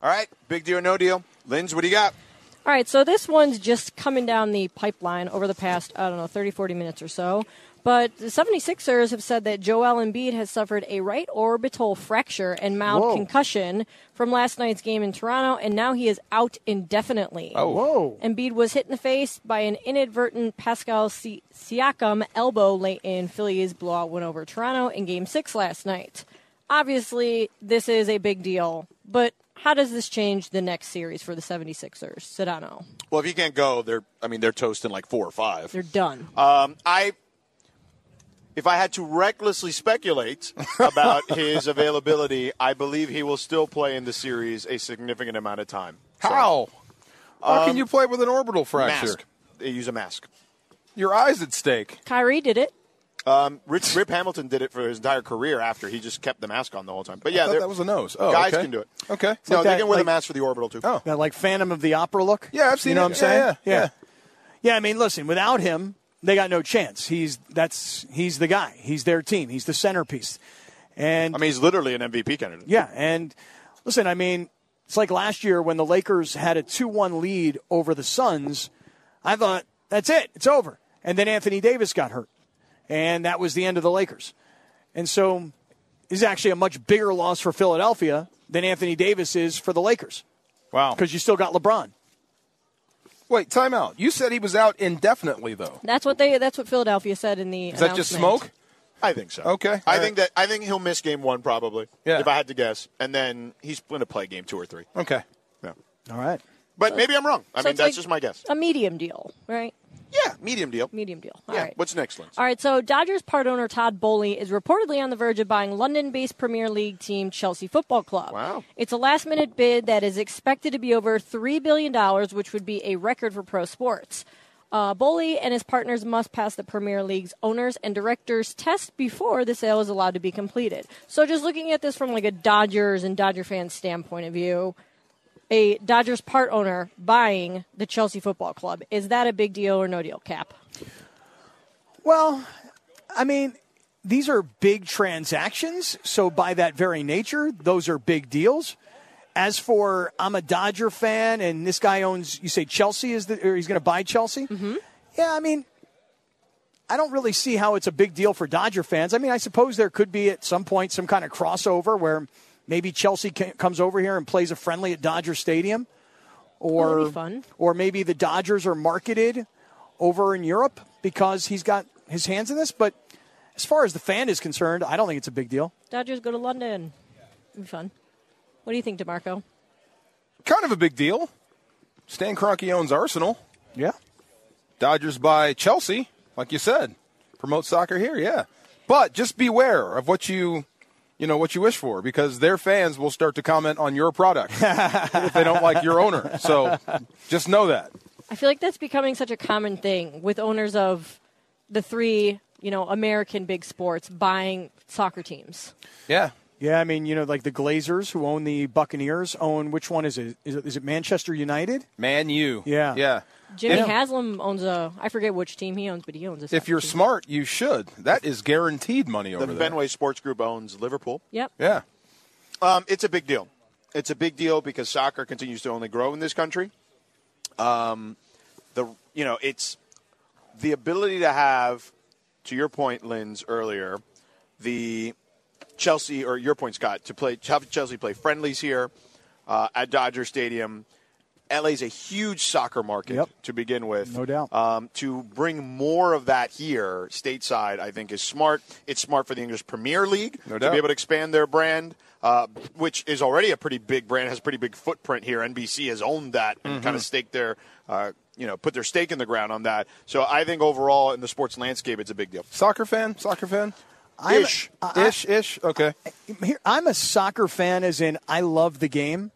E: All right, big deal or no deal. Linz, what do you got?
H: All right, so this one's just coming down the pipeline over the past, I don't know, 30, 40 minutes or so. But the 76ers have said that Joel Embiid has suffered a right orbital fracture and mild
M: Whoa.
H: concussion from last night's game in Toronto, and now he is out indefinitely.
M: Oh. Whoa.
H: Embiid was hit in the face by an inadvertent Pascal Si- Siakam elbow late in Philly's blowout win over Toronto in game six last night. Obviously, this is a big deal, but how does this change the next series for the 76ers? Sedano.
E: Well, if you can't go, they're I mean they're toast in like four or five.
H: They're done.
E: Um, I, if I had to recklessly
H: *laughs*
E: speculate about his availability, I believe he will still play in the series a significant amount of time.
I: How? How
E: Um,
I: can you play with an orbital fracture?
E: Mask. They use a mask.
I: Your eyes at stake.
H: Kyrie did it.
E: Um, Rich, Rip Hamilton did it for his entire career. After he just kept the mask on the whole time. But
I: I
E: yeah,
I: thought
E: they're-
I: that was a nose. Oh,
E: guys
I: okay.
E: can do it.
I: Okay.
G: It's
E: No,
G: like
E: they
G: that-
E: can wear
G: like-
E: the mask for the orbital too. Oh,
G: That like Phantom of the Opera look.
I: Yeah, I've seen
G: You know
I: it.
G: what I'm
I: Yeah,
G: saying?
I: yeah, yeah.
G: Yeah, I mean, listen, without him, they got no chance. He's that's he's the guy. He's their team. He's the centerpiece. And
E: I mean he's literally an MVP candidate.
G: yeah, and listen, I mean, it's like last year when the Lakers had a 2 1 lead over the Suns. I thought, that's it, it's over. And then Anthony Davis got hurt, and that was the end of the Lakers. And so this is actually a much bigger loss for Philadelphia than Anthony Davis is for the Lakers.
E: Wow.
G: Because you still got LeBron.
I: Wait, timeout. You said he was out indefinitely, though.
H: That's what they. That's what Philadelphia said in the.
I: Is that just smoke?
H: announcement.
E: I think so.
I: Okay.
E: I think that I think he'll miss game one probably.
I: Yeah.
E: If I had to guess, and then he's going to play game two or three.
I: Okay.
E: Yeah.
G: All right.
E: But maybe I'm wrong. I
H: So
E: mean,
H: it's
E: that's
H: like
E: just my guess.
H: A medium deal, right?
E: Yeah, medium deal.
H: Medium deal. All right.
E: yeah. What's next, Lynn?
H: All right, so Dodgers part owner Todd Bowley is reportedly on the verge of buying London based Premier League team Chelsea Football Club. Wow. It's a last minute bid that is expected to be over $3 billion, which would be a record for pro sports. Uh, Bowley and his partners must pass the Premier League's owners and directors test before the sale is allowed to be completed. So, just looking at this from like a Dodgers and Dodger fans standpoint of view, a Dodgers part owner buying the Chelsea Football Club is that a big deal or no deal? Cap.
G: Well, I mean, these are big transactions. So, by that very nature, those are big deals. As for I'm a Dodger fan and this guy owns, you say Chelsea is the, or he's going to buy Chelsea? Mm-hmm. Yeah, I mean, I don't really see how it's a big deal for Dodger fans. I mean, I suppose there could be at some point some kind of crossover where maybe Chelsea ca- comes over here and plays a friendly at Dodger Stadium,
H: Oh,
G: or
H: that'd be fun.
G: or maybe the Dodgers are marketed over in Europe because he's got his hands in this. But as far as the fan is concerned, I don't think it's a big deal.
H: Dodgers go to London. It'd be fun. What do you think, DeMarco?
I: Kind of a big deal. Stan Kroenke owns Arsenal.
G: Yeah.
I: Dodgers buy Chelsea, like you said. Promote soccer here, yeah. But just beware of what you, you know, what you wish for, because their fans will start to comment on
G: *laughs*
I: your product if they don't like your owner. So just know that.
H: I feel like that's becoming such a common thing with owners of the three, you know, American big sports buying soccer teams.
I: Yeah.
G: Yeah, I mean, you know, like the Glazers who own the Buccaneers own which one is it? Is it, is it Manchester United?
I: Man, you.
G: Yeah.
I: Yeah.
H: Jimmy
I: Yeah.
H: Haslam owns a I forget which team he owns, but he owns a
I: If you're
H: soccer team.
I: smart, you should. That is guaranteed money over
E: the
I: there.
E: Fenway Sports Group owns Liverpool.
H: Yep.
I: Yeah.
E: Um, it's a big deal. It's a big deal because soccer continues to only grow in this country. Um, the you know it's the ability to have, to your point, Lynn's earlier, the Chelsea or your point, Scott, to play to have Chelsea play friendlies here uh, at Dodger Stadium. LA's a huge soccer market to begin with.
G: No doubt.
E: Um, to bring more of that here stateside, I think, is smart. It's smart for the English Premier League
I: No
E: to
I: doubt.
E: be able to expand their brand, uh, which is already a pretty big brand, has a pretty big footprint here. NBC has owned that and
I: Mhm.
E: kind of staked their, uh, you know, put their stake in the ground on that. So I think overall in the sports landscape, it's a big deal.
I: Soccer fan? Soccer fan?
G: I'm-
I: ish.
G: Uh, I- I-
I: ish, ish. Okay.
G: Here, I'm a soccer fan, as in I love the game,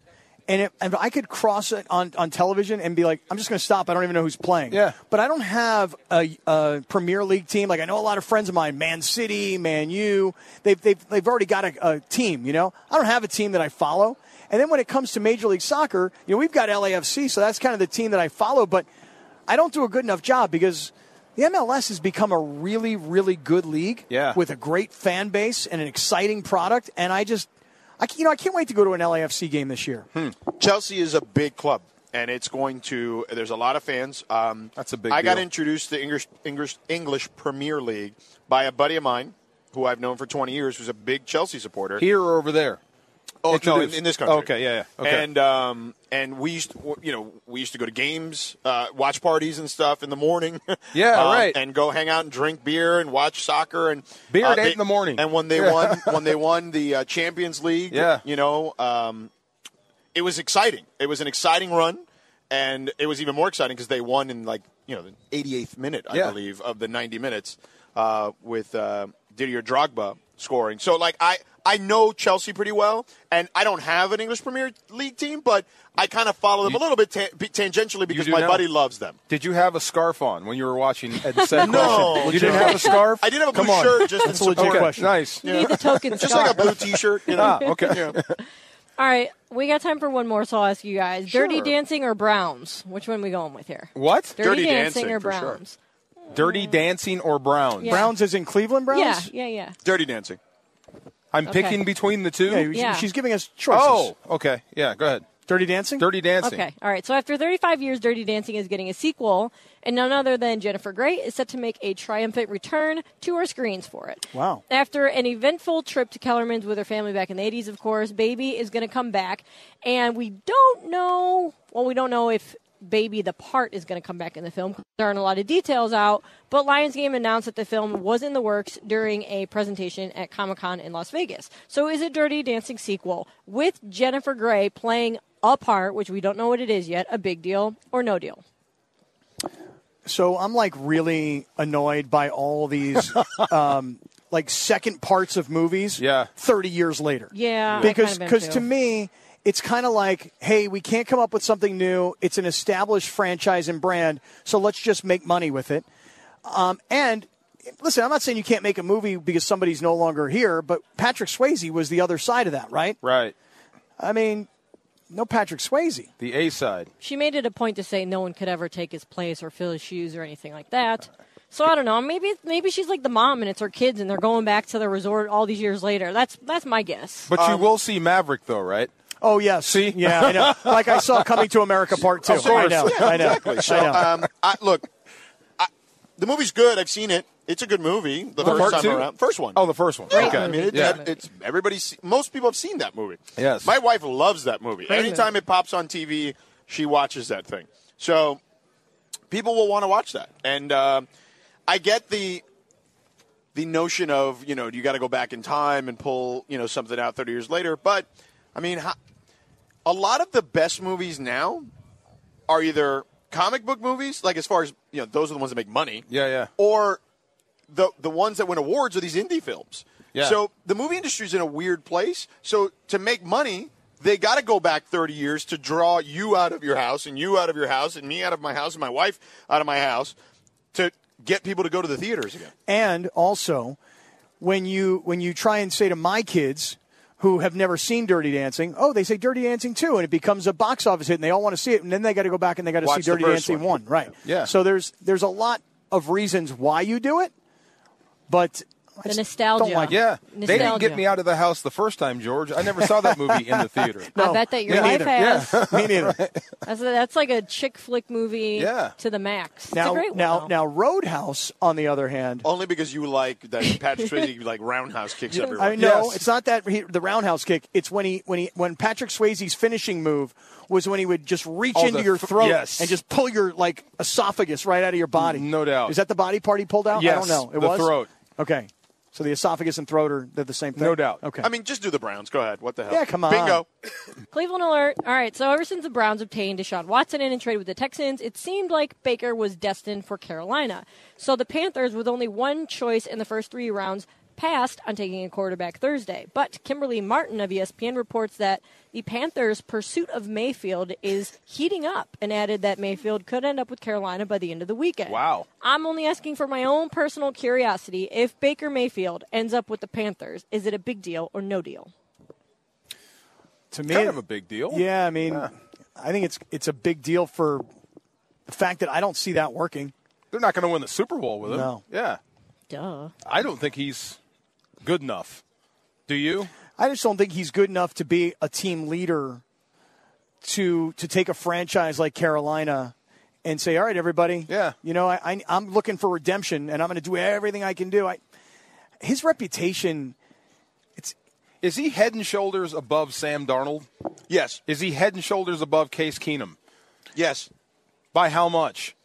G: and if, if I could cross it on, on television and be like, I'm just going to stop. I don't even know who's playing. Yeah. But I don't have a, a Premier League team. Like I know a lot of friends of mine, Man City, Man U. They've they've they've already got a, a team. You know, I don't have a team that I follow. And then when it comes to Major League Soccer, you know, we've got LAFC, so that's kind of the team that I follow. But I don't do a good enough job because the MLS has become a really, really good league
I: Yeah.
G: with a great fan base and an exciting product. And I just, I, c- you know, I can't wait to go to an LAFC game this year.
E: Chelsea is a big club, and it's going to. There's a lot of fans. Um, That's a
I: big
E: I got
I: deal.
E: introduced to English English English Premier League by a buddy of mine who I've known for 20 years, who's a big Chelsea supporter.
I: Here or over there?
E: Oh no, in,
I: Introduced.
E: in this country.
I: Okay, yeah, yeah. Okay.
E: And um, and we used, to, you know, we used to go to games, uh, watch parties and stuff in the morning.
I: Yeah,
E: *laughs* um,
I: right.
E: And go hang out and drink beer and watch soccer and
I: Beer
E: uh,
I: at eight
E: they-
I: in the morning.
E: And when they
I: Yeah.
E: won,
I: *laughs*
E: when they won the uh, Champions League,
I: Yeah.
E: you know, um, it was exciting. It was an exciting run, and it was even more exciting because they won in like you know the 88th minute, I
I: Yeah.
E: believe, of the 90 minutes uh, with uh, Didier Drogba scoring. So like I. I know Chelsea pretty well, and I don't have an English Premier League team, but I kind of follow them a little bit ta- tangentially because
I: do
E: my
I: now.
E: buddy loves them.
I: Did you have a scarf on when you were watching Ed
G: *laughs*
I: said
E: No.
I: question? You didn't have a scarf?
E: I did have a blue
I: Come on.
E: shirt, just in
I: That's a legit
E: support.
I: question. Nice.
E: You need the token Just like a scarf. blue t-shirt, you know?
I: Ah, okay.
H: All right, we got time for one more, so I'll ask you guys: Dirty Dancing or Browns? Which one we going with here?
I: What?
H: Dirty, Dancing, or Browns?
I: Dirty Dancing or Browns?
H: Yeah. Browns
G: is in Cleveland
H: Yeah, yeah, yeah.
E: Dirty Dancing.
I: I'm
H: Okay.
I: picking between the two?
G: Yeah, she- Yeah. she's giving us
I: Oh, okay. Yeah, go ahead.
G: Dirty Dancing?
I: Dirty Dancing.
H: Okay, all right. So after 35 years, Dirty Dancing is getting a sequel, and none other than Jennifer Grey is set to make a triumphant return to our screens for it.
G: Wow.
H: After an eventful trip to Kellerman's with her family back in the 80s, of course, Baby is going to come back. And we don't know, well, we don't know if Baby the part is going to come back in the film. There aren't a lot of details out, but Lionsgate announced that the film was in the works during a presentation at Comic Con in Las Vegas. So is a Dirty Dancing sequel with Jennifer Grey playing a part, which we don't know what it is yet, a big deal or no deal?
G: So I'm like really annoyed by all these, um, like second parts of movies. Yeah. 30 years later.
H: Yeah. I
G: because
H: kind of am
G: cause
H: too.
G: to me it's kind of like hey we can't come up with something new it's an established franchise and brand so let's just make money with it um, and listen i'm not saying you can't make a movie because somebody's no longer here but patrick swayze was the other side of that right
I: Right.
G: i mean no patrick swayze
I: The A side.
H: She made it a point to say no one could ever take his place or fill his shoes or anything like that. So I don't know. Maybe maybe she's like the mom and it's her kids and they're going back to the resort all these years later. That's that's my guess.
I: But
E: Um,
G: Um,
I: you will see Maverick, though, right?
G: Oh yes,
I: see,
G: yeah i
I: *laughs*
G: know like i saw coming to america part two
I: Of course.
G: i know
I: Yeah,
G: i know
E: Exactly. So,
G: I know.
E: um, I, look, I, the movie's good. I've seen it. It's a good movie. The,
I: The
E: first
I: part
E: time
I: two?
E: around, first one.
I: Oh, the first one.
E: Yeah,
I: Okay.
E: I mean, it,
I: Yeah.
E: that- it's everybody's. Most people have seen that movie.
I: Yes.
E: my wife loves that movie.
I: Great
E: Anytime it pops on TV, she watches that thing. So uh, people will want to watch that, and um I get the the notion of you know you got to go back in time and pull you know something out 30 years later. But I mean, ho- a lot of the best movies now are either comic book movies, like as far as you know, those are the ones that make money.
I: Yeah, yeah.
E: Or the the ones that win awards are these indie films.
I: Yeah.
E: So the movie industry's in a weird place. So to make money, they got to go back 30 years to draw you out of your house and you out of your house and me out of my house and my wife out of my house to get people to go to the theaters again.
G: And also, when you when you try and say to my kids who have never seen Dirty Dancing, oh, they say Dirty Dancing too, and it becomes a box office hit, and they all want to see it, and then they got to go back and they got to see
I: Watch the
G: Dirty
I: first
G: Dancing
I: one.
G: one, right?
I: Yeah.
G: So there's there's a lot of reasons why you do it, but I
H: The
G: just
H: nostalgia.
G: Don't like it.
I: Yeah, they didn't
H: Nostalgia.
I: get me out of the house the first time, George. I never saw that movie
H: *laughs*
I: in the theater.
H: I bet that your
I: Yeah.
H: wife has.
E: *laughs*
I: Yeah.
G: Me neither.
H: That's, that's like a chick flick movie
G: Yeah.
H: to the max. it's
G: Now,
H: a great one.
G: now, now, Roadhouse. On the other hand,
E: Only because you like that Patrick
G: *laughs*
E: Swayze like roundhouse kicks everyone.
G: I no, it's not that he, the roundhouse kick. It's when he when he when Patrick Swayze's finishing move was when he would just reach
I: Oh,
G: into
I: the
G: your
I: fr-
G: throat
I: yes.
G: and just pull your like esophagus right out of your body. No
I: doubt.
G: Is that the body part he pulled out? I don't
I: Yes,
G: know. It
I: the
G: was
I: throat.
G: Okay. So the esophagus and throat are they're the same thing.
I: No doubt.
G: Okay.
E: I mean, just do the Browns. Go ahead. What the hell?
G: Yeah, come on.
E: Bingo.
H: Cleveland alert. All right, so ever since the Browns obtained Deshaun Watson in and traded with the Texans, it seemed like Baker was destined for Carolina. So the Panthers, with only one choice in the first three rounds, passed on taking a quarterback Thursday. But Kimberly Martin of E ESPN reports that the Panthers' pursuit of Mayfield is heating up and added that Mayfield could end up with Carolina by the end of the weekend.
I: Wow.
H: I'm only asking for my own personal curiosity. If Baker Mayfield ends up with the Panthers, is it a big deal or no deal?
G: to me,
I: kind of a big deal.
G: Yeah, I mean, I think it's it's a big deal for the fact that I don't see that working.
I: They're not going to win the Super Bowl with him.
G: No.
I: Yeah,
H: Duh.
I: I don't think he's good enough. Do you?
G: I just don't think he's good enough to be a team leader to to take a franchise like Carolina and say, "All right, everybody, yeah, you know, I, I I'm looking for redemption, and I'm going to do everything I can do." I his reputation,
I: Is he head and shoulders above Sam Darnold?
E: Yes.
I: Is he head and shoulders above Case Keenum?
E: Yes.
I: By how much?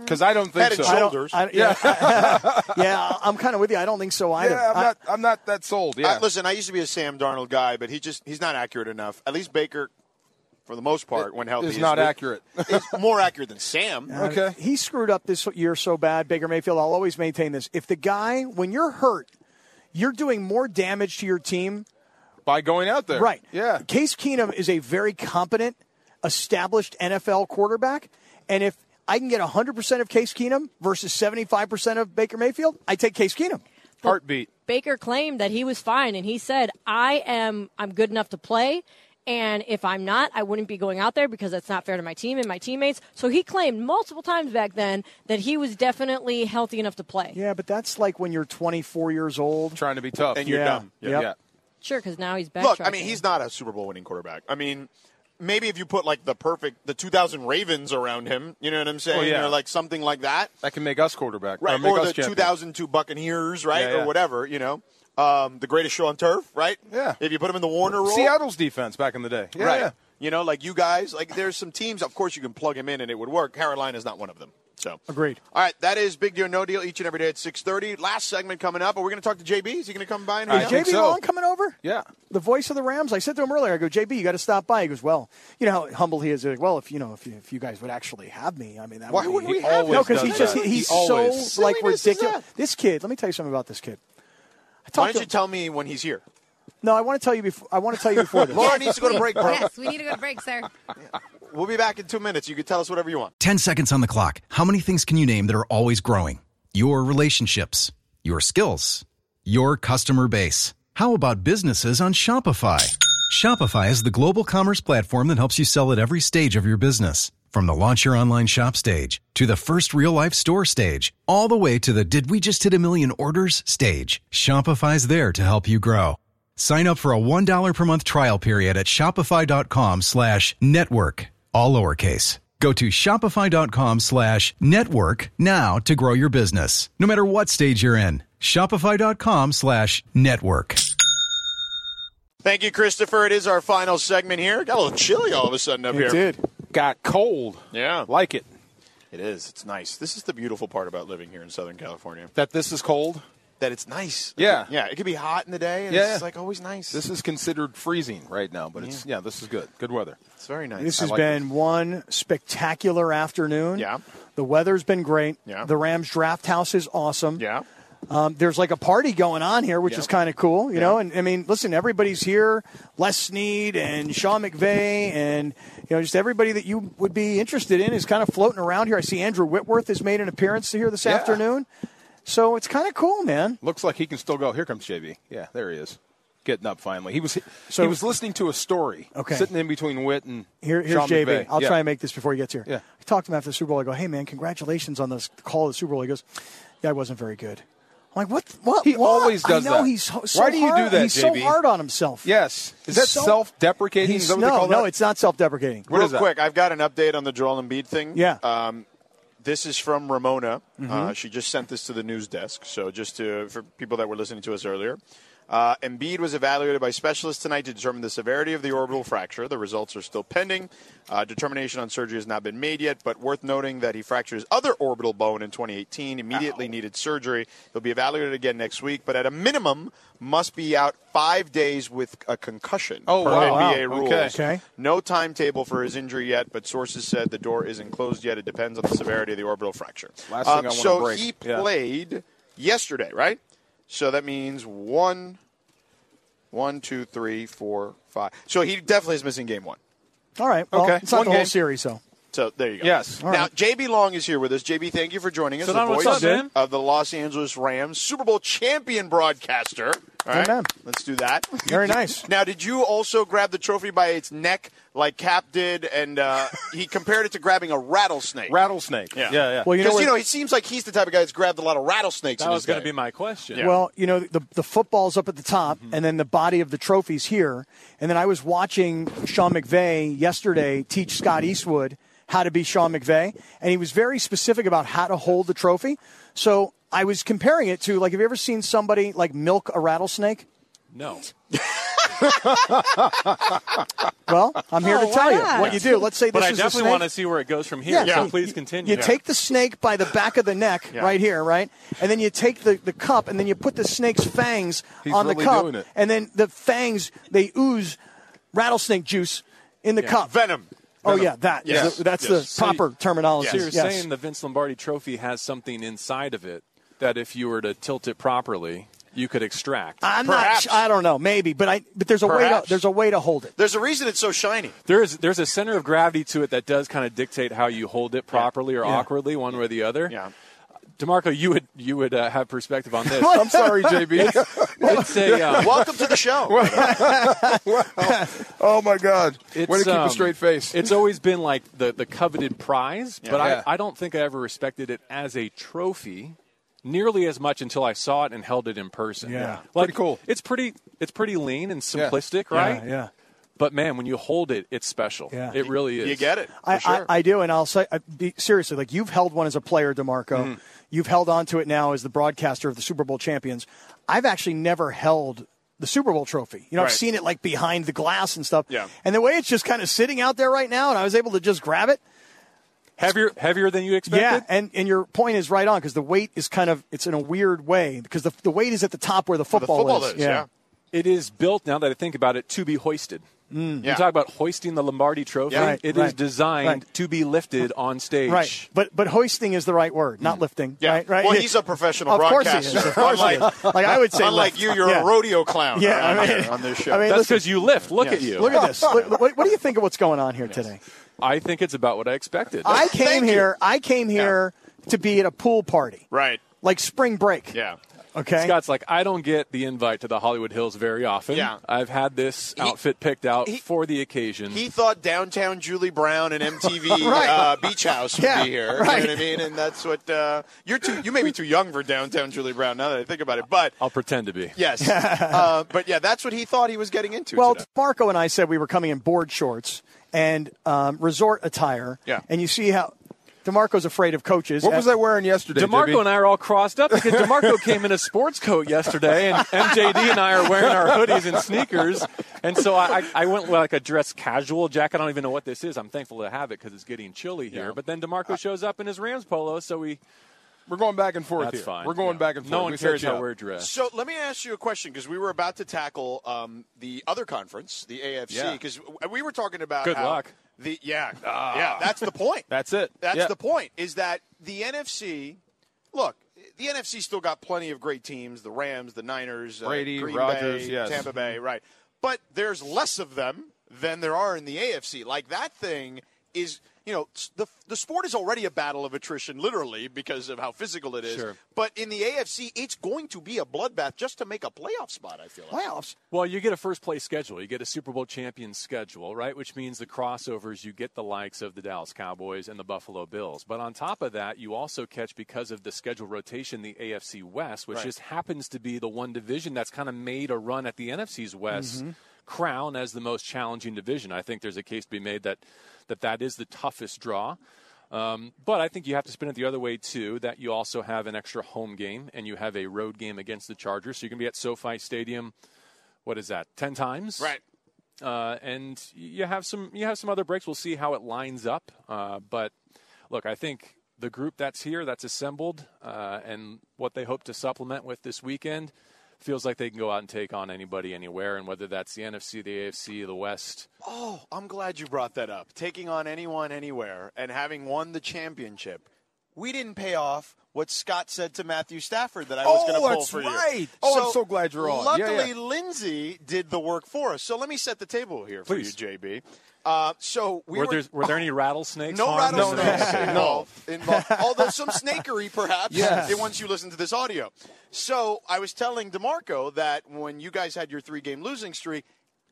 I: Because I don't think
G: Head and
I: so.
G: shoulders. I don't- I- yeah. *laughs* yeah, I'm kind of with you. I don't think so either.
I: Yeah, I'm
G: I-
I: not. I'm not that sold. Yeah.
E: I- listen, I used to be a Sam Darnold guy, but he just he's not accurate enough. At least Baker, for the most part, when healthy,
I: is not
E: is
I: accurate.
E: is more accurate
G: *laughs*
E: than Sam.
G: Uh, He screwed up this year so bad, Baker Mayfield. I'll always maintain this. If the guy, when you're hurt, you're doing more damage to your team
I: By going out there.
G: Right.
I: Yeah.
G: Case Keenum is a very competent, established NFL quarterback. And if I can get 100% of Case Keenum versus 75% of Baker Mayfield, I take Case Keenum.
I: Heartbeat.
H: Baker claimed that he was fine, and he said, "I am. I'm good enough to play." And if I'm not, I wouldn't be going out there because that's not fair to my team and my teammates. So he claimed multiple times back then that he was definitely healthy enough to play.
G: Yeah, but that's like when you're 24 years old.
I: Trying to be tough.
E: And you're
G: Yeah.
E: dumb.
G: Yep.
I: Yeah.
H: Sure, because now he's back.
E: Look, I mean, he's not a Super Bowl winning quarterback. I mean, maybe if you put like the perfect the 2000 Ravens around him, you know what I'm saying,
I: Oh, yeah.
E: or like something like that,
I: That can make us quarterback.
E: right?
I: make
E: Or,
I: us
E: the
I: Uh, champion.
E: 2002 Buccaneers, right,
I: Yeah, yeah.
E: or whatever, you know. Um, the greatest show on turf, right? Yeah. If you put him in the Warner role,
I: Seattle's defense back in the day. Yeah,
E: right?
I: yeah.
E: You know, like you guys, like there's some teams. Of course, you can plug him in and it would work. Carolina's not one of them. So
G: Agreed.
E: All right, that is Big Deal No Deal each and every day at 6.30. Last segment coming up. Are we going to talk to JB? Is he going to come by? And hang
G: Is
E: out?
G: JB Long coming over?
I: Yeah.
G: The voice of the Rams. I said to him earlier, I go, JB, you got to stop by. He goes, well, you know how humble he is. He's Like, well, if you know, if you, if you guys would actually have me, I mean, that
I: Why
G: would be-
I: wouldn't we He have him?
G: No, because
I: always
G: he's
I: does
G: just
I: that.
G: he- he's
I: He always-
G: so like
I: Silliness is
G: ridiculous. This kid. Let me tell you something about this kid. I
E: Why
G: talked
E: don't
G: to
E: you tell me when he's here?
G: No, I want to tell you before. I want to tell you before this.
E: Laura needs to go to break, bro.
F: Yes, we need to go to break, sir.
E: We'll be back in two minutes. You can tell us whatever you want.
J: 10 seconds on the clock. How many things can you name that are always growing? Your relationships, your skills, your customer base. How about businesses on Shopify? Shopify is the global commerce platform that helps you sell at every stage of your business. From the launch your online shop stage to the first real life store stage, all the way to the did we just hit a million orders stage. Shopify's there to help you grow. Sign up for a $1 per month trial period at shopify.com slash network, all lowercase. Go to shopify.com slash network now to grow your business, no matter what stage you're in. Shopify.com slash network.
E: Thank you, Christopher. It is our final segment here. Got a little chilly all of a sudden up here.
I: Got cold.
E: Yeah.
I: Like it.
E: It is. It's nice. This is the beautiful part about living here in Southern California.
I: That this is cold.
E: that it's nice.
I: Yeah.
E: yeah, it could be hot in the day. And
I: Yeah.
E: it's like always nice.
I: This is considered freezing right now, but it's yeah, this is good. Good weather.
E: It's very nice.
G: This has been one spectacular afternoon.
I: Yeah.
G: The weather's been great.
I: Yeah.
G: The Rams draft house is awesome.
E: Yeah.
G: Um, there's like a party going on here, which
I: Yeah.
G: is kind of cool, you know. And I mean, listen, everybody's here. Les Snead and Sean McVay, and you know, just everybody that you would be interested in is kind of floating around here. I see Andrew Whitworth has made an appearance here this
I: Yeah.
G: afternoon, so it's kind of cool, man.
I: Looks like he can still go. Here comes JB. Yeah, there he is, getting up finally. He was
G: So-
I: he was listening to a story.
G: Okay.
I: sitting in between Witt and
G: Here, here's
I: Sean
G: JB.
I: McVay.
G: I'll
I: Yeah.
G: try and make this before he gets here.
I: Yeah.
G: I talked to him after the Super Bowl. I go, hey, man, congratulations on this call of the Super Bowl. He goes, yeah, I wasn't very good. I'm like, what? what
I: He
G: what?
I: always does
G: I know
I: that.
G: he's so, so
I: Why do you
G: hard-
I: do that,
G: He's
I: JB?
G: so hard on himself.
I: Yes, is that
G: He's so-
I: self-deprecating?
G: He's,
I: Is that what they
G: no,
I: call
G: no,
I: that?
G: it's not self-deprecating.
E: Real quick, I've got an update on the Joel Embiid thing.
G: Yeah.
E: Um, this is from Ramona. Uh,
I: Mm-hmm.
G: Mhm.
E: she just sent this to the news desk. So just to for people that were listening to us earlier, uh, Embiid was evaluated by specialists tonight to determine the severity of the orbital fracture. The results are still pending. Uh, determination on surgery has not been made yet, but worth noting that he fractured his other orbital bone in 2018. Immediately needed surgery. He'll be evaluated again next week, but at a minimum must be out five days with a concussion.
I: Oh,
E: per
I: wow.
E: NBA
I: Wow.
E: rules.
I: Okay. Okay.
E: No timetable for his injury yet, but sources said the door isn't closed yet. It depends on the severity of the orbital fracture. Um,
I: Last thing I wanna
E: so
I: break.
E: he
I: Yeah.
E: played yesterday, right? So that means one, one, two, three, four, five. So he definitely is missing game one.
G: All right. Well,
E: Okay.
G: It's not
E: One
G: the whole
E: game.
G: series, so.
E: So there you go.
G: Yes. All
E: Now
G: right.
E: JB Long is here with us. JB, thank you for joining us.
G: Sit
E: the
G: down, what's
E: voice
G: up, man?
E: of the Los Angeles Rams, Super Bowl champion broadcaster. All right,
G: Amen.
E: let's do that.
G: Very nice.
E: *laughs* Now, did you also grab the trophy by its neck like Cap did, and uh, *laughs* he compared it to grabbing a rattlesnake?
I: Rattlesnake.
E: Yeah,
I: Yeah, yeah.
G: Well, you know
E: 'Cause,
G: what-
E: you know, it seems like he's the type of guy that's grabbed a lot of rattlesnakes.
M: That
E: in
M: was
E: his
M: going to
E: day.
M: be my question.
G: Well, you know, the, the football's up at the top, and then the body of the trophy's here. And then I was watching Sean McVay yesterday teach Scott Eastwood how to be Sean McVay, and he was very specific about how to hold the trophy. So I was comparing it to, like, have you ever seen somebody, like, milk a rattlesnake?
M: No.
G: *laughs* Well, I'm here
M: Oh,
G: to
M: why
G: tell
M: not?
G: you what you do. Let's say this
M: but I
G: is the
M: definitely
G: snake.
M: want to see where it goes from here.
G: Yeah,
M: So
G: so
M: please
G: you-
M: continue.
G: You take the snake by the back of the neck
M: Yeah.
G: right here, right? And then you take the, the cup and then you put the snake's fangs
I: He's
G: on the
I: really
G: cup.
I: doing it.
G: And then the fangs, they ooze rattlesnake juice in the
M: Yeah.
G: cup.
E: Venom.
G: Oh,
M: Venom.
G: yeah, that.
M: Yes.
G: The- that's
M: Yes.
G: the
M: So you-
G: proper terminology.
M: So you're
G: yes.
M: saying the Vince Lombardi Trophy has something inside of it that, if you were to tilt it properly, you could extract.
G: I'm not. sh- I don't know. Maybe, but I. But there's a way.
M: Perhaps.
G: To, there's a way to hold it.
E: There's a reason it's so shiny.
M: There is there's a center of gravity to it that does kind of dictate how you hold it properly or
G: Yeah.
M: awkwardly, one way or the other. Yeah. Demarco, you would you would uh, have perspective on this.
I: I'm sorry, JB.
M: It's a, uh,
E: *laughs* Welcome to the show.
I: oh my God! Way to keep
M: um,
I: a straight face.
M: *laughs* It's always been like the, the coveted prize,
I: Yeah.
M: but
I: Yeah.
M: I, I don't think I ever respected it as a trophy nearly as much until I saw it and held it in person.
I: Yeah. Yeah.
M: Like,
I: Pretty cool.
M: It's pretty it's pretty lean and
I: Yeah.
M: simplistic,
I: Yeah,
M: right?
G: yeah.
M: But man, when you hold it, it's special.
G: Yeah.
M: It really is.
E: You get it.
G: I,
E: for sure.
G: I, I do, and I'll say I, be, seriously, like you've held one as a player, Demarco.
E: Mm-hmm.
G: You've held on to it now as the broadcaster of the Super Bowl champions. I've actually never held the Super Bowl trophy. You know,
N: Right.
G: I've seen it like behind the glass and stuff.
M: Yeah.
G: And the way it's just kind of sitting out there right now, and I was able to just grab it.
M: Heavier heavier than you expected?
G: Yeah, and, and your point is right on because the weight is kind of it's in a weird way because the the weight is at the top where the football, is.
M: It is built now that I think about it to be hoisted.
G: Mm.
M: You
G: Yeah.
M: talk about hoisting the Lombardi Trophy.
G: Yeah. Right,
M: It is
G: right,
M: designed
G: right.
M: to be lifted on stage.
G: Right, but but hoisting is the right word, not lifting.
E: Mm. Yeah.
G: Right, right.
E: Well, he's a professional
G: Of course he is,
E: broadcaster.
G: of course he is.
E: Unlike-
G: Like I would say,
E: unlike
G: lift.
E: you, you're a
G: Yeah.
E: rodeo clown
G: Yeah,
E: around
G: I mean,
E: here on this show.
G: I mean,
M: That's
G: listen-
M: because you lift. Look at you.
G: Look at this. Look, look- what do you think of what's going on here today?
M: I think it's about what I expected.
G: I came here. I came here to be at a pool party,
E: Right.
G: like spring break.
E: Yeah.
G: Okay.
M: Scott's like, I don't get the invite to the Hollywood Hills very often.
E: Yeah.
M: I've had this outfit picked out for the occasion.
E: He thought downtown Julie Brown and
G: *laughs*
E: MTV
M: Right.
E: uh, Beach House would
M: Yeah,
E: be here.
M: right.
E: You know what I mean? And that's what uh, you're too. You may be too young for downtown Julie Brown. Now that I think about it, but
M: I'll pretend to be.
G: *laughs*
E: yes, uh, but yeah, that's what he thought he was getting into.
G: Well,
E: today.
G: Marco and I said we were coming in board shorts and um, resort attire.
E: Yeah.
G: And you see how Demarco's afraid of coaches. Uh,
M: What was I
I: wearing yesterday?
M: DeMarco and I are all crossed up
I: *laughs*
M: because DeMarco came in a sports coat yesterday, and MJD and I are wearing our hoodies and sneakers. And so I, I- I went with like a dress casual jacket. I don't even know what this is. I'm thankful to have it because it's getting chilly here. But then DeMarco shows up in his Rams polo, so we
I: We're going back and forth
M: That's
I: here.
M: fine,
I: We're going
M: yeah.
I: back and forth.
M: No one
I: We set
M: cares
I: you
M: how
I: up.
M: we're dressed.
E: So let me ask you a question because we were about to tackle um, the other conference, the AFC,
I: Yeah.
E: because we were talking about
I: Good
E: how
I: luck.
E: The yeah, Ah, yeah, that's the point.
I: That's it.
E: That's
I: Yeah.
E: the point. Is that the NFC? Look, the NFC still got plenty of great teams: the Rams, the Niners,
I: Brady,
E: uh, Green
I: Rodgers,
E: Bay,
I: yes.
E: Tampa Bay, right? But there's less of them than there are in the AFC. Like that thing is, you know, s- the the sport is already a battle of attrition, literally because of how physical it is.
M: Sure.
E: But in the AFC, it's going to be a bloodbath just to make a playoff spot. I feel like
G: playoffs.
M: Well, you get a first place schedule. You get a Super Bowl champion schedule, right? Which means the crossovers, you get the likes of the Dallas Cowboys and the Buffalo Bills. But on top of that, you also catch, because of the schedule rotation, the AFC West, which
N: Right.
M: just happens to be the one division that's kind of made a run at the NFC's West.
N: Mhm.
M: Crown as the most challenging division. I think there's a case to be made that that, that is the toughest draw. Um, but I think you have to spin it the other way too. That you also have an extra home game and you have a road game against the Chargers, so you can be at SoFi Stadium. What is that? Ten times, right? Uh, and you have some you have some other breaks. We'll see how it lines up. Uh, but look, I think the group that's here, that's assembled, uh, and what they hope to supplement with this weekend, feels like they can go out and take on anybody anywhere. And whether that's the NFC, the AFC, the West,
E: Oh, I'm glad you brought that up. Taking on anyone anywhere and having won the championship. We didn't pay off what Scott said to Matthew Stafford that I was
I: Oh,
E: going to pull
I: that's
E: for you.
I: right. Oh, I'm so glad you're on. Yeah,
E: Luckily,
I: yeah.
E: Lindsay did the work for us. So let me set the table here for
M: Please.
E: you, JB. Uh, so we
M: were,
E: were,
M: there, were
E: *laughs*
M: there any rattlesnakes?
E: no
M: harmed? *laughs*
E: rattlesnakes involved, involved. Although some snakery, perhaps,
M: Yes.
E: eh, once you listen to this audio. So I was telling DeMarco that when you guys had your three game losing streak,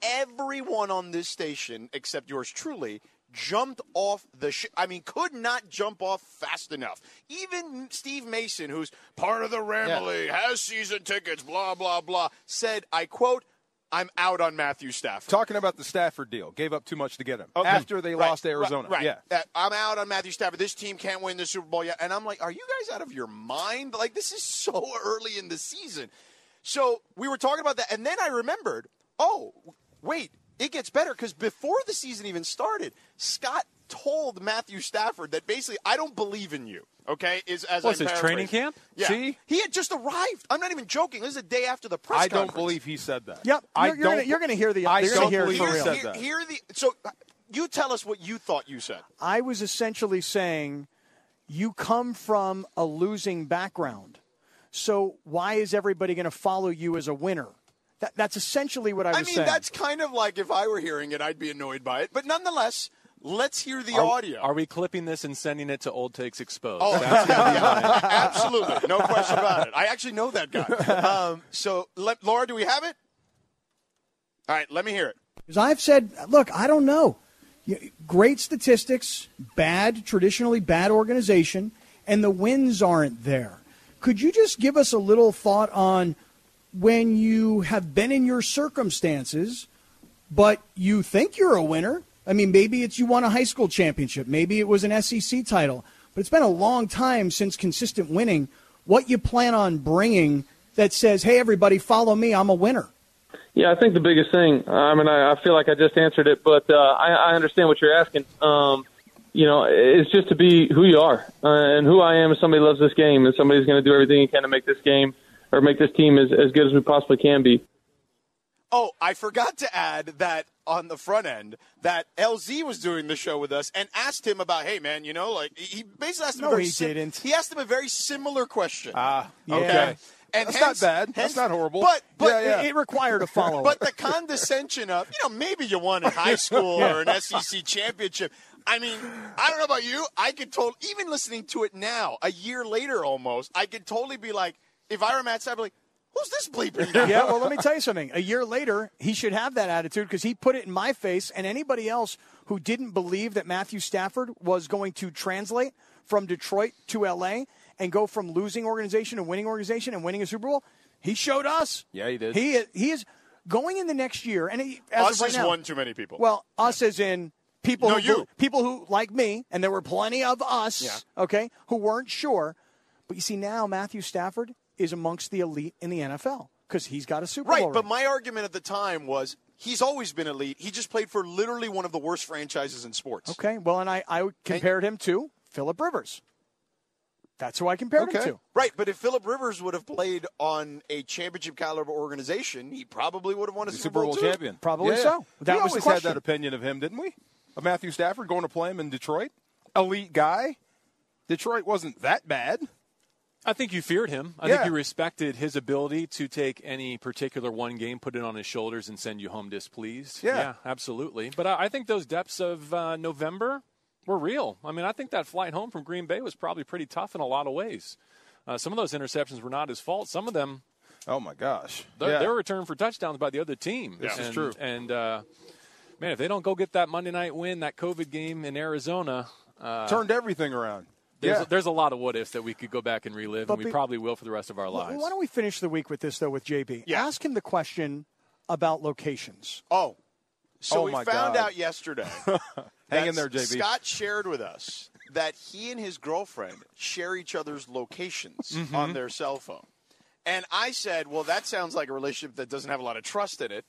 E: everyone on this station, except yours truly, jumped off the sh- I mean, could not jump off fast enough. Even Steve Mason, who's part of the Ramley, has season tickets, blah, blah, blah, said, I quote, I'm out on Matthew Stafford.
I: Talking about the Stafford deal, gave up too much to get him
E: Okay.
I: after they
E: Right,
I: lost to Arizona.
E: Right.
I: Yeah.
E: right. Uh, I'm out on Matthew Stafford. This team can't win the Super Bowl yet. And I'm like, are you guys out of your mind? Like, this is so *laughs* early in the season. So we were talking about that. And then I remembered, oh, wait, it gets better because before the season even started, Scott told Matthew Stafford that basically, I don't believe in you. Okay, is as
M: What
E: I'm
M: is this, training
E: paraphrasing.
M: camp?
E: Yeah,
M: See?
E: he had just arrived. I'm not even joking. This is the day after the press
I: I don't
E: conference.
I: believe he said that.
G: Yep.
I: I
G: You're- you're
I: don't-
G: gonna- you're gonna hear the-
I: I
G: you're gonna
I: don't
G: hear it
I: believe
G: for
I: he
G: real.
I: said that.
E: Here the so uh, you tell us what you thought you said.
G: I was essentially saying you come from a losing background. So why is everybody going to follow you as a winner? That, that's essentially what I was
E: mean,
G: saying.
E: that's kind of like if I were hearing it, I'd be annoyed by it. But nonetheless, let's hear the
M: Are-
E: audio.
M: Are we clipping this and sending it to Old Takes Exposed?
E: Oh,
M: That's gonna be on
E: *laughs*
M: it.
E: Absolutely. No question about it. I actually know
G: *laughs*
E: that guy. Um, so, let, Laura, do we have it? All right, let me hear it.
O: Because I've said, look, I don't know. You- Great statistics, bad, traditionally bad organization, and the wins aren't there. Could you just give us a little thought on when you have been in your circumstances, but you think you're a winner? I mean, maybe it's you won a high school championship, maybe it was an SEC title, but it's been a long time since consistent winning. What you plan on bringing that says, hey, everybody, follow me, I'm a winner?
P: Yeah, I think the biggest thing. I mean, I, I feel like I just answered it, but uh, I, I understand what you're asking. Um, you know, it's just to be who you are, uh, and who I am is somebody who loves this game, and somebody's going to do everything he can to make this game or make this team as, as good as we possibly can be.
E: Oh, I forgot to add that on the front end that LZ was doing the show with us and asked him about, hey man, you know, like he he basically asked him
G: No,
E: a very
G: he didn't.
E: He asked him a very similar question. Ah,
I: okay.
E: And
I: That's
E: hence-
I: not bad. That's
E: hence-
I: not horrible.
E: But but
I: Yeah, yeah. It- it required a follow-up.
E: But the condescension of, you know, maybe you won in high school or an SEC championship. I mean, I don't know about you. I could totally, even listening to it now, a year later almost, I could totally be like, if I were Matt Stafford, like, who's this bleeping?
G: *laughs*
E: guy?
G: yeah, well, let me tell you something. A year later, he should have that attitude because he put it in my face, and anybody else who didn't believe that Matthew Stafford was going to translate from Detroit to LA and go from losing organization and winning organization and winning a Super Bowl, he showed us.
M: *laughs* Yeah, he did.
G: He is, he is going in the next year, and he, as
E: Us
G: of right
E: is
G: now-
E: one too many people.
G: Well, us as in people
E: No,
G: who,
E: you.
G: people who like me, and there were plenty of us,
E: Yeah.
G: okay, who weren't sure. But you see, now Matthew Stafford is amongst the elite in the NFL because he's got a Super
E: Right,
G: Bowl.
E: but
G: ring.
E: my argument at the time was he's always been elite. He just played for literally one of the worst franchises in sports.
G: okay, well, and I, I compared him to Philip Rivers. That's who I compared him to.
E: Right, but if Philip Rivers would have played on a championship caliber organization, he probably would have won a Super,
I: Super Bowl
E: too.
I: champion. Yeah.
E: That
I: we
E: was the
I: always had
E: question.
I: that opinion of him, didn't we? Of Matthew Stafford going to play him in Detroit, elite guy. Detroit wasn't that bad.
M: I think you feared him. I
I: Yeah.
M: think you respected his ability to take any particular one game, put it on his shoulders, and send you home displeased.
I: Yeah.
M: absolutely. But I, I think those depths of uh, November were real. I mean, I think that flight home from Green Bay was probably pretty tough in a lot of ways. Uh, some of those interceptions were not his fault. Some of them,
I: oh my gosh,
M: they're,
I: Yeah.
M: they're returned for touchdowns by the other team.
I: This is
M: And-
I: true.
M: And uh, man, if they don't go get that Monday night win, that COVID game in Arizona uh,
I: *laughs* Turned everything around.
M: There's,
I: Yeah.
M: there's a lot of what ifs that we could go back and relive,
G: But
M: and we
G: be-
M: probably will for the rest of our
G: Why-
M: lives.
G: Why don't we finish the week with this though with JB? Ask him the question about locations.
E: Oh, So
G: Oh
E: we
G: my
E: found
G: God.
E: out yesterday.
G: *laughs* Hang
E: that
G: in there, JB.
E: Scott shared with us that he and his girlfriend share each other's locations
G: Mm-hmm.
N: Mhm.
E: on their cell phone. And I said, "Well, that sounds like a relationship that doesn't have a lot of trust in it."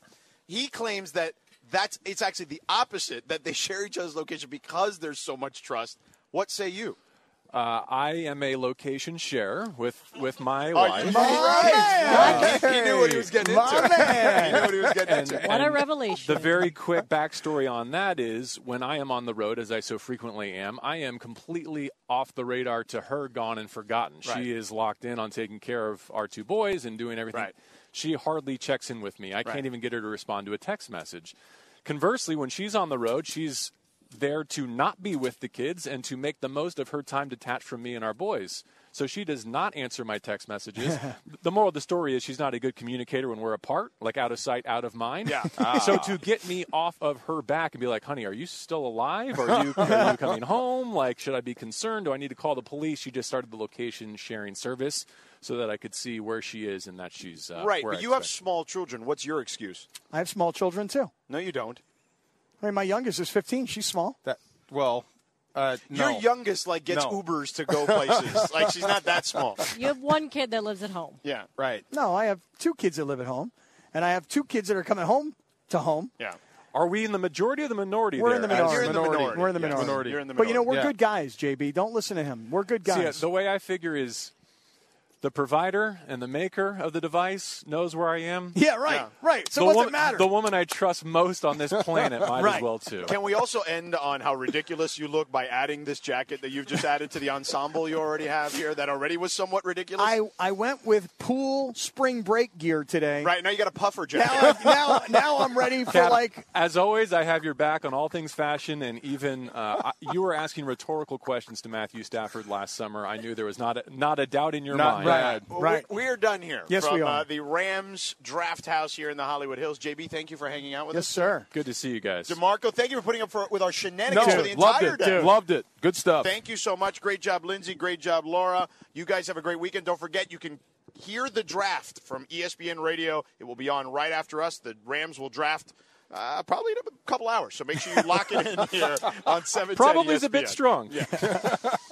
E: He claims that that's it's actually the opposite that they *laughs* share each other's location because there's so much trust. What say you?
M: Uh, I am a location share with with my
E: Are you
M: wife.
E: right? He- he knew what he was getting into. My *laughs* man. He knew what he was getting
M: And-
E: into.
H: What a
M: and
H: revelation.
M: The very quick backstory on that is when I am on the road, as I so frequently am, I am completely off the radar to her, gone and forgotten.
Q: Right.
M: She is locked in on taking care of our two boys and doing everything. She hardly checks in with me. I
Q: Right.
M: can't even get her to respond to a text message. Conversely, when she's on the road, she's there to not be with the kids and to make the most of her time detached from me and our boys. So she does not answer my text
Q: *laughs*
M: messages. the moral of the story is she's not a good communicator when we're apart, like out of sight, out of mind. Yeah.
Q: Ah.
M: *laughs* So to get me off of her back and be like, "Honey, are you still alive? Are you, are you coming home? Like, should I be concerned? Do I need to call the police?" She just started the location sharing service so that I could see where she is and that she's uh,
E: right,
M: where
E: but
M: I
E: you have
M: expect-
E: small children. What's your excuse?
G: I have small children too.
E: No, you don't.
G: I mean, my youngest is 15. She's small.
I: That well, uh, no.
E: Your youngest like gets
I: No.
E: Ubers to
I: *laughs*
E: go places. like she's not that small.
H: You have one kid that lives at home.
E: Yeah.
I: Right.
G: No, I have two kids that live at home, and I have two kids that are coming home to home.
E: Yeah.
M: Are we in the majority or the minority?
G: We're
M: there?
G: in the minority.
M: As-
G: We're in the
M: Yes.
G: minority. But you know, we're good guys, JB. Don't listen to him. We're good
M: See, uh,
G: guys.
M: the way I figure is the provider and the maker of the device knows where I am.
G: Yeah, right, right. So
M: the
G: what's it
M: woman,
G: matter?
M: The woman I trust most on this planet might
E: Right.
M: as well too.
E: Can we also end on how ridiculous you look by adding this jacket that you've just added to the ensemble you already have here that already was somewhat ridiculous?
G: I, I went with pool spring break gear today.
E: right now you got a puffer jacket.
G: Now,
E: *laughs*
G: I- now, now I'm ready for
M: Cap,
G: like
M: as always, I have your back on all things fashion, and even uh, I- you were asking rhetorical questions to Matthew Stafford last summer. I knew there was not a, not a doubt in your
I: Not
M: mind.
I: bad.
E: Well, We, we are done here.
M: Yes,
E: from,
M: we are.
E: Uh, the Rams draft house here in the Hollywood Hills. JB, thank you for hanging out with us.
G: sir.
M: Good to see you guys.
E: DeMarco, thank you for putting up for, with our shenanigans
I: No,
E: for the
I: loved
E: entire
I: it.
E: day.
I: Loved it. Good stuff.
E: Thank you so much. Great job, Lindsay. Great job, Laura. You guys have a great weekend. Don't forget, you can hear the draft from E ESPN Radio. It will be on right after us. The Rams will draft uh, probably in a couple hours. So make sure you lock it in here on E 710
M: Probably is a
E: ESPN.
M: bit strong.